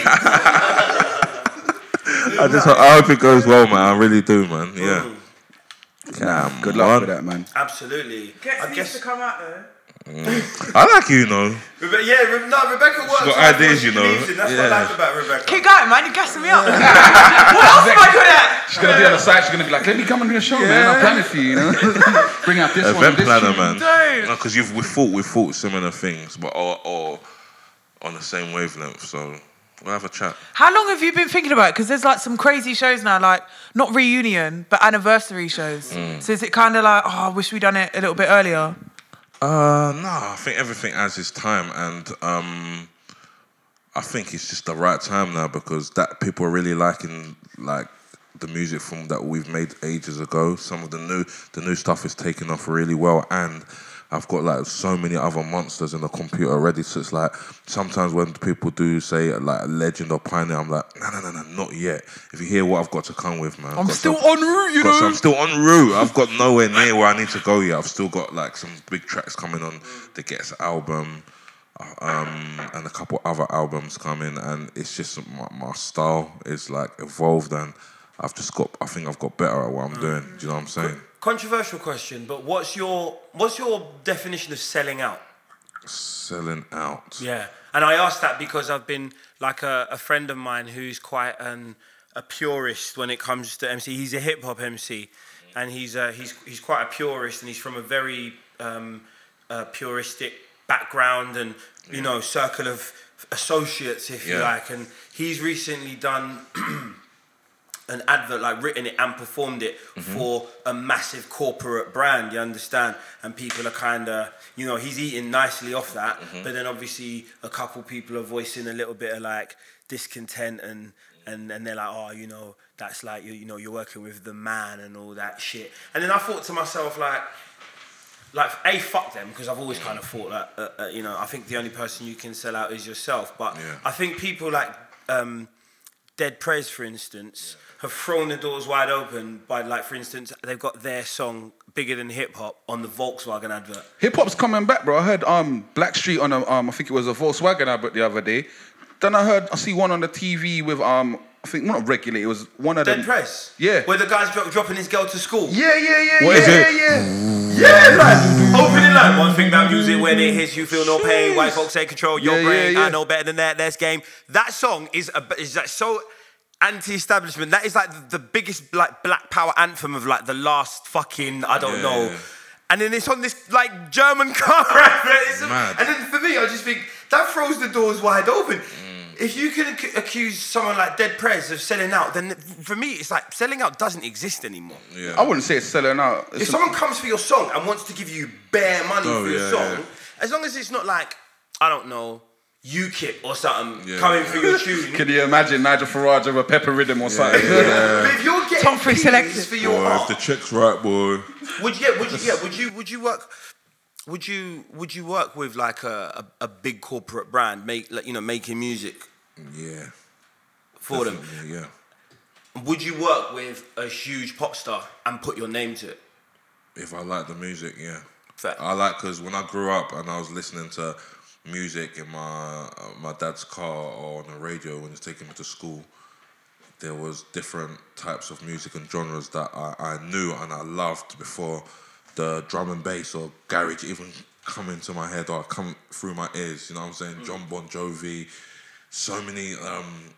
I just I hope it goes well, man. I really do, man. Mm, Yeah. Come Good luck on. with that, man. Absolutely. I guess. come out though. I like you, you know. Rebe- yeah, Re- no, Rebecca works. got hard for ideas, what she you know. believes in. That's what I Yeah. like about Rebecca. Keep going, man. You're gassing me up. what else am I good at? She's gonna be on the side. She's gonna be like, "Let me come and do a show, man. I'm planning for you. You know, bring out this one, Event this planner, tune. man. Don't. No, because you've we thought we thought similar things, but or, or on the same wavelength. So we'll have a chat. How long have you been thinking about it? Because there's like some crazy shows now, like not reunion, but anniversary shows. Mm. So is it kind of like, oh, I wish we'd done it a little bit earlier? Uh, no, I think everything has its time, and um, I think it's just the right time now because that people are really liking like the music from that we've made ages ago. Some of the new the new stuff is taking off really well, and I've got like so many other monsters in the computer already. So it's like sometimes when people do say like legend or pioneer, I'm like, no, no, no, no, not yet. If you hear what I've got to come with, man, I've I'm got still some- en route, you Got some- know. I'm still en route. I've got nowhere near where I need to go yet. I've still got like some big tracks coming on the Gets album, um, and a couple other albums coming. And it's just my, my style is like evolved, and I've just got. I think I've got better at what I'm doing. Do you know what I'm saying? Controversial question, but what's your what's your definition of selling out? Selling out. Yeah, and I asked that because I've been like a, a friend of mine who's quite an a purist when it comes to MC. He's a hip hop MC, and he's uh, he's he's quite a purist, and he's from a very um, uh, puristic background and you know circle of associates, if you Yeah. like. And he's recently done an advert, like written it and performed it for a massive corporate brand, you understand? And people are kind of, you know, he's eating nicely off that. But then obviously, a couple people are voicing a little bit of like discontent and. And, and they're like, oh, you know, that's like, you, you know, you're working with the man and all that shit. And then I thought to myself, like, like a fuck them because I've always kind of thought that uh, uh, you know I think the only person you can sell out is yourself. But Yeah. I think people like um, Dead Prez, for instance, have thrown the doors wide open by like for instance they've got their song bigger than hip hop on the Volkswagen advert. Hip hop's coming back, bro. I heard um Blackstreet on a um I think it was a Volkswagen advert the other day. Then I heard I see one on the TV with um I think not regular. It was one of Dead them. Prez, Yeah. where the guy's dro- dropping his girl to school. Yeah, yeah, yeah, What yeah, is yeah, it? yeah, yeah, like, Opening line, one thing about music when it hits, you feel no pain. White folks take control your Yeah, yeah, brain. yeah. I know better than that. That's game. That song is a, is like so anti-establishment. That is like the biggest like black power anthem of like the last fucking I don't Yeah, know. yeah, yeah. And then it's on this like German car advert. It's- Mad. And then for me, I just think that throws the doors wide open. Mm. If you can ac- accuse someone like Dead Prez of selling out, then for me, it's like selling out doesn't exist anymore. Yeah. I wouldn't say it's selling out. It's If a- someone comes for your song and wants to give you bare money Oh, for your yeah, song, yeah. as long as it's not like, I don't know, UKIP or something Yeah, coming yeah. for your tune. Can you imagine Nigel Farage of a pepper rhythm or something? uh, But if you're getting Tom Free peas Selected. for Boy, your if art, the check's right, boy. would you, yeah, would you, yeah, would you, would you work? would you would you work with like a, a, a big corporate brand make like, you know making music Yeah. for them? Definitely, Yeah. Would you work with a huge pop star and put your name to it? If I like the music, yeah. Fair. I like because when I grew up and I was listening to music in my uh, my dad's car or on the radio when he was taking me to school, there was different types of music and genres that I, I knew and I loved before the drum and bass or garage even come into my head or come through my ears. You know what I'm saying? John Bon Jovi, so many, um,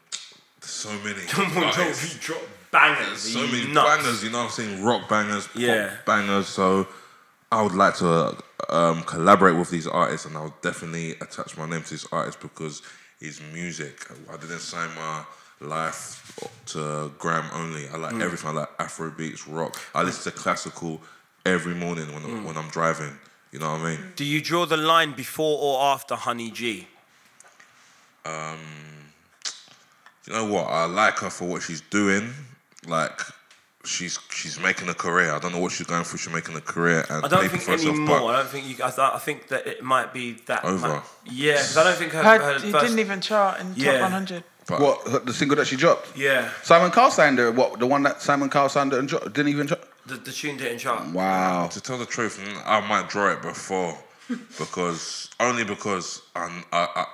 so many. artists drop bangers. so many nuts. bangers, you know what I'm saying? Rock bangers, pop Yeah. bangers. So I would like to um, collaborate with these artists and I would definitely attach my name to this artist because his music. I didn't sign my life to Graham only. I like Mm. everything. I like Afro beats, rock. I listen to classical every morning when, Mm. when I'm driving. You know what I mean? Do you draw the line before or after Honey G? you know what? I like her for what she's doing. Like she's she's making a career. I don't know what she's going through. She's making a career and I don't making think for any herself. more. I don't think you. I, th- I think that it might be that. Over. might- yeah, 'cause I don't think her, Her, her it first- didn't even chart in Yeah. top 100. But, but What her- the single that she dropped? Yeah, Simon Cowell signed her. What the one that Simon Cowell signed her and dro- didn't even drop? the, the tune didn't chart. Wow. to tell the truth, mm, I might draw it before because only because um, I, I,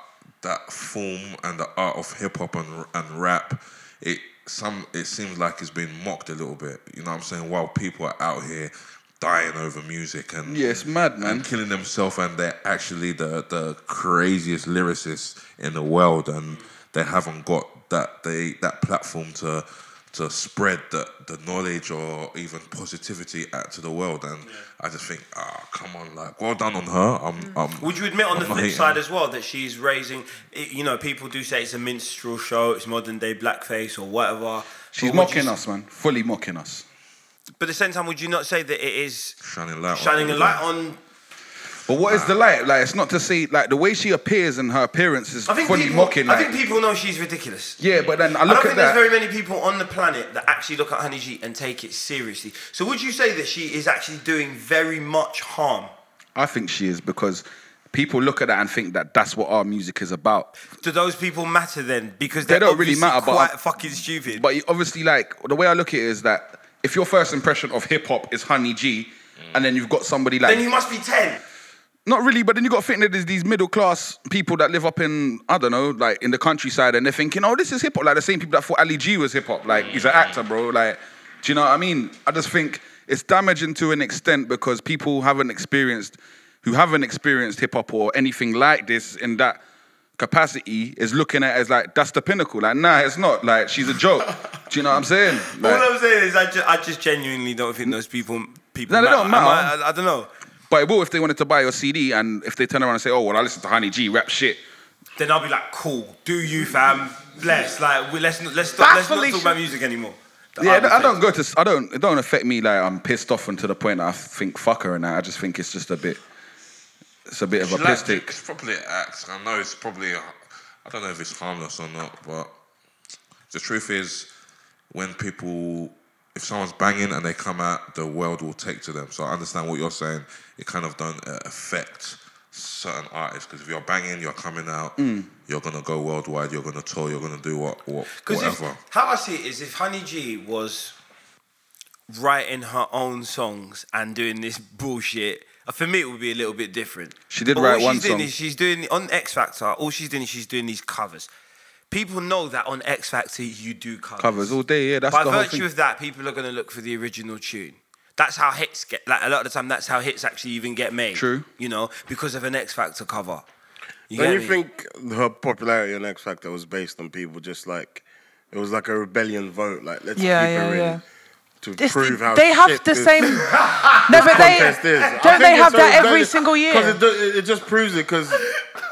that form and the art of hip hop and and rap, it some it seems like it's been mocked a little bit. You know what I'm saying? While people are out here dying over music and Yeah, it's mad, man. and killing themselves, and they're actually the the craziest lyricists in the world, and they haven't got that they that platform to to spread the, the knowledge or even positivity out to the world. And I just think, ah, come on, like, well done on her. I'm, I'm Mm. Would you admit on the Oh I'm not flip hating. side as well that she's raising? it- You know, people do say it's a minstrel show, it's modern day blackface or whatever. She's but would mocking you, us, man. Fully mocking us. But at the same time, would you not say that it is shining Oh, light, shining on a light on? But what is the light? Like, it's not to see, like, the way she appears and her appearance is I think fully people. mocking. I Like, think people know she's ridiculous. yeah, but then I I don't look think at that. there's very many people on the planet that actually look at Honey G and take it seriously. So would you say that she is actually doing very much harm? I think she is because people look at that and think that that's what our music is about. Do those people matter then? Because They they're don't really obviously matter, but Quite I'm- fucking stupid. But you- obviously, like the way I look at it is that if your first impression of hip hop is Honey G, and then you've got somebody like then you must be ten. not really, but then you got to think that there's these middle class people that live up in I don't know, like in the countryside, and they're thinking, oh, this is hip hop. Like the same people that thought Ali G was hip hop. Like he's an actor, bro. Like, do you know what I mean? I just think it's damaging to an extent because people haven't experienced, who haven't experienced hip hop or anything like this in that capacity, is looking at it as like that's the pinnacle. Like, nah, it's not. Like she's a joke. do you know what I'm saying? Like- All I'm saying is, I just, I just genuinely don't think those people people. No, they matter. don't Am matter. I, I, I don't know. but it will if they wanted to buy your CD and if they turn around and say, oh, well, I listen to Honey G rap shit. Then I'll be like, cool. Do you, fam? Bless. Like, we, let's not, let's stop. Let's not Thankfully talk she- about music anymore. Yeah, I don't, I Arbitrary. don't go to. I don't. It don't affect me. Like I'm pissed off until the point that I think fuck her and that. I just think it's just a bit. It's a bit of a She piss likes it. take. It's probably an act. I know it's probably. a- I don't know if it's harmless or not, but the truth is, when people, if someone's banging and they come out, the world will take to them. So I understand what you're saying. It kind of don't uh, affect certain artists because if you're banging, you're coming out, you're gonna go worldwide, you're gonna tour, you're gonna do what, what if- whatever. how I see it is, if Honey G was writing her own songs and doing this bullshit, uh, for me it would be a little bit different. She did But write all one she's doing song. Is she's doing on X Factor. All she's doing is she's doing these covers. People know that on X Factor you do covers. Covers all day. Yeah, that's By the whole virtue thing. of that, people are going to look for the original tune. That's how hits get. Like a lot of the time, that's how hits actually even get made. True. You know, because of an X Factor cover. You Don't get you me? think her popularity on X Factor was based on people just like it was like a rebellion vote? Like let's Yeah, keep her yeah, in yeah. to It's- prove how they have shit the this same. no, but they contest is. I don't think they it's have so that every rebellious single 'cause year. It, do- it just proves it because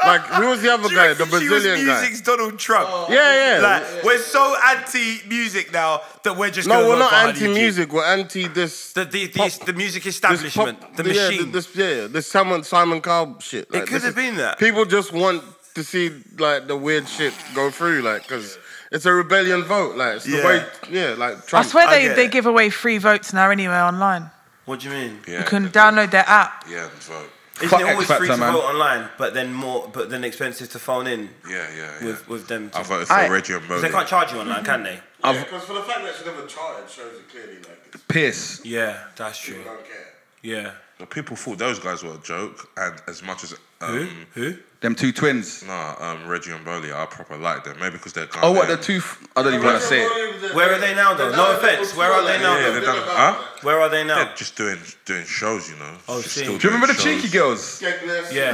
like who was the other Do you guy? The reckon she Brazilian was guy. Oh. music's Donald Trump. Yeah, yeah. Like we're so anti-music now that we're just no, Gonna we're look not for Hardy G. anti-music. We're anti this. The the, the, pop- the music this pop- establishment, the yeah, machine. this, yeah, this Simon Simon Cowell shit. Like, could this have is- been that. People just want to see like the weird shit go through, like because it's a rebellion vote. Like it's the Yeah. way, yeah. Like I Trump. swear I they, get they it. give away free votes now anyway online. what do you mean? Yeah, You can they do. download their app. Yeah, and vote. Isn't Fuck it X always free to Factor, man. vote online, but then more, but then expensive to phone in Yeah, yeah, yeah. with with them? I Too. voted for I- Reggie and They Modi. can't charge you online, can they? Because for the fact that she never charted shows it clearly, like, it's, Pierce. Yeah, that's you true. don't care. Yeah. The people thought those guys were a joke, and as much as um, Who? Them two twins. nah, um, Reggie and Bowley, I proper like them. Maybe because they're Ghanaian. Oh, what the two? F- I don't even want to say it. Where are they now, though? No offense, where are they now, Yeah, though? they're done. Huh? Where are they now? They're just doing doing shows, you know. Oh, Just shit. still Do you remember the doing cheeky shows. girls? Yeah. Yeah, yeah,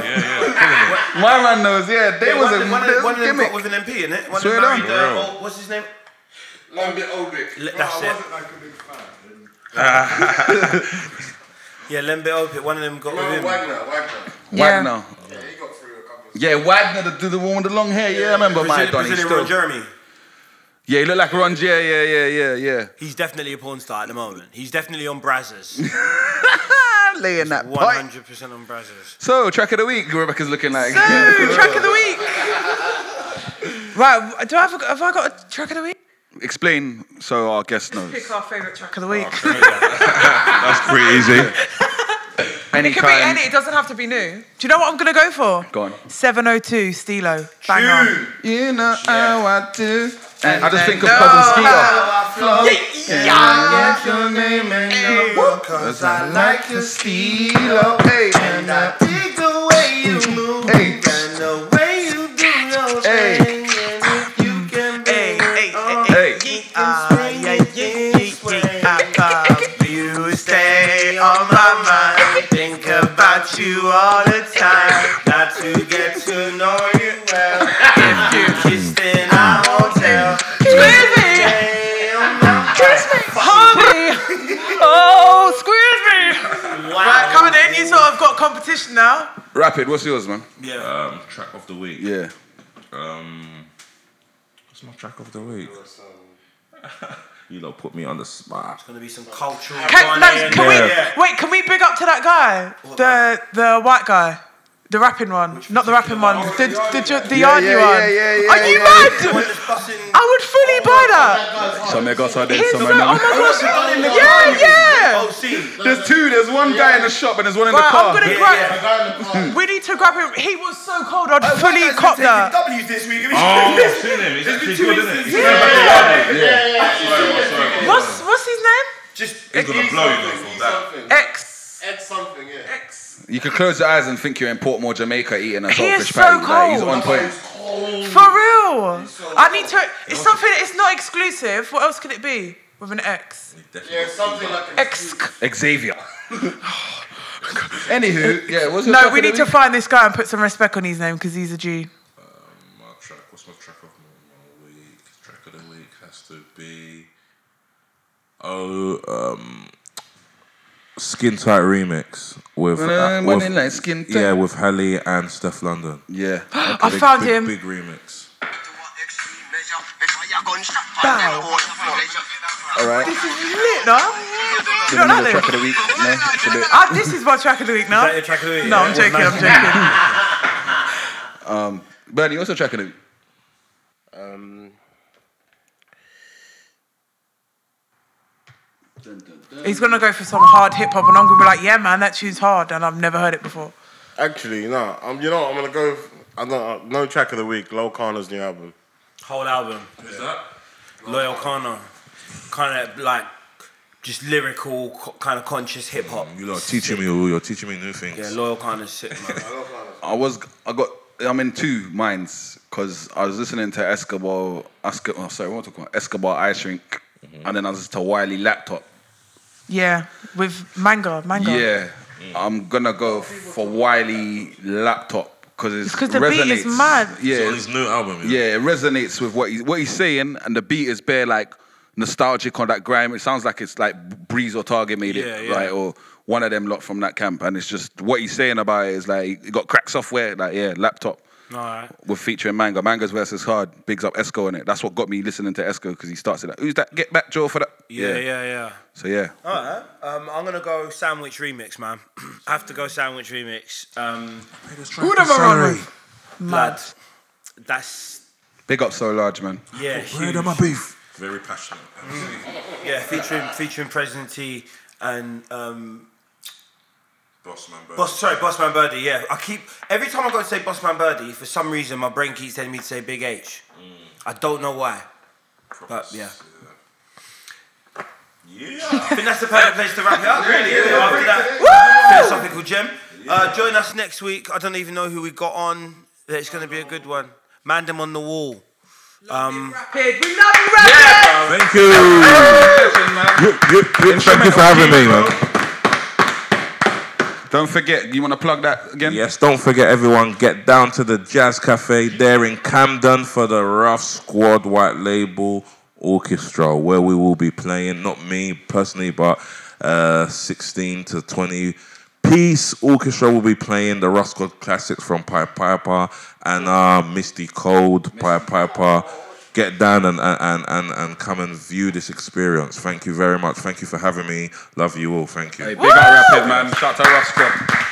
killing it. My man knows. Yeah, they was One, a, of- one, of- one they was a of them gimmick. got with an MP in it. One Swear of down. them married, uh, Real. oh, what's his name? Lambert Obic. Le- that's I it. wasn't like a big fan. Yeah, Lembe Opit. One of them got with Remember him. Wagner? Wagner. Wagner. Yeah, he got through a couple of... Yeah, Wagner, the, the one with the long hair. Yeah, I remember my Brazil- Donny Brazilian still. Ron Jeremy. Yeah, he looked like Ron. Yeah, yeah, yeah, yeah, yeah. He's definitely a porn star at the moment. He's definitely on Brazzers. Ah, laying that pipe. 100% on Brazzers. So track of the week, Rebecca's looking like. Ooh, track of the week. right, do I have, a, have I got a track of the week? Explain so our guest knows. Pick our favourite track of the Oh, week. That's pretty easy. Any it could be any, it doesn't have to be new. Do you know what I'm going to go for? Go on. 702 Stilo. Banger. You know how I do. And I just think of No, Cousin Skeeter. I like your Stilo, hey, And I dig the way you move Hey. and the way you do your Hey. thing. And if you can be Hey, hey, hey, hey. hey. uh, yeah, You stay on my mind. Think about you all the time. Not to get to know you well. If you kissed, then I won't tell. Squeeze me! Stay on my Homie! oh, squeeze me! Right, coming in, you sort of got competition now. Rapid, what's yours, man? Yeah. Um, track of the week. Yeah. Um, what's my track of the week? You lot put me on the spot. Gonna be some cultural. Can, no, Ghanaian- can Yeah. we wait? Can we big up to that guy, the the white guy, the rapping one, not the rapping one, the the, the, the Yeah, Yardie yeah, one? yeah, yeah, yeah, Are you yeah. The one mad? that's busting- Oh, I would fully buy that. Some got so He's so, some oh my gosh! Yeah, yeah. Oh, see. There's two, there's one guy in the shop and there's one in the Right, car. I'm gonna Yeah, grab. mind. We need to grab him. He was so cold. Oh, I'd fully cop that. W's this week. Oh, I've seen him. He's actually good, isn't he? What's what's his name? Just He's gonna blow you though from that. Something. X. Add something, yeah. X. You could close your eyes and think you're in Portmore, Jamaica, eating a He is saltfish so patty. Like, he's cold. on point. For real. I need to. It's something. It's not exclusive. What else could it be with an X? Yeah, something like a X. Xavier. Anywho, yeah, what's your No, track we of the need to week? find this guy and put some respect on his name because he's a G. My track. What's my track of my, my week? Track of the week has to be. Oh, um, skin tight remix with, When uh, I- when with I like skin tight. yeah with Halle and Steph London. Yeah. I found big, him. Big remix. All right. Lit, no? You don't like Another track them? of the week. No, it's a bit- Ah, this is my track of the week now. that your track of the week? No, I'm joking, I'm joking. Bernie, what's your track of the week? He's gonna go for some hard hip hop and I'm gonna be like, yeah, man, that tune's hard and I've never heard it before. Actually, no. Um, you know what? I'm gonna go. I don't. No track of the week. Lil Kana's new album. Whole album. Is that? Loyal Connor. Kind of like just lyrical, co- kind of conscious hip hop. Mm, You lot are teaching me. all- You're teaching me new things. Yeah, Loyal Connor's sick, man. I was I got I'm in two minds because I was listening to Escobar Escobar oh, sorry what am I talking about Escobar Ice Rink and then I was listening to Wiley Laptop. Yeah, with manga, manga. Yeah, I'm gonna go for Wiley Laptop because it's 'cause the beat is resonates. mad. It's on Yeah, his new album. you know? yeah, it resonates with what he's what he's saying and the beat is bare like nostalgic on that grime. It sounds like it's like Breeze or Target made Yeah, it yeah. right or. One of them lot from that camp, and it's just what he's saying about it is like he got crack software, like yeah, laptop. All right. with featuring Manga. Manga's verse is hard. Bigs up Esco on it. That's what got me listening to Esco because he starts it like, "Who's that? Get back, Joe, for that." Yeah, yeah, yeah. So yeah, All right. Um, I'm gonna go sandwich remix, man. I have to go sandwich remix. Um, Who the Ferrari? lad, that's big up so large, man. yeah, huge. Bread and my beef. Very passionate. yeah, featuring featuring President T and um, Bossman, bro. Boss, sorry, Bossman Birdie. Yeah, I keep every time I go to say Bossman Birdie, for some reason my brain keeps telling me to say Big H. I don't know why. but, yeah. Yeah. I think that's the perfect place to wrap it up. Really, isn't it? After that philosophical gem. Uh, join us next week. I don't even know who we got on. It's going to be a good one. Mandem on the wall. Rapid. We love you, Rapid. Thank you. You- you- you- Thank you for having me, man. Don't forget, you want to plug that again? Yes, don't forget everyone, get down to the Jazz Cafe there in Camden for the Rough Squad White Label Orchestra, where we will be playing, not me personally, but uh, 16 to 20 piece orchestra will be playing the Rough Squad classics from Pipe Piper and uh, Misty Cold, Pipe Piper. Get down and, and, and, and come and view this experience. Thank you very much. Thank you for having me. Love you all. Thank you. Hey, big up rapid, man. Shout out to Rough Squad.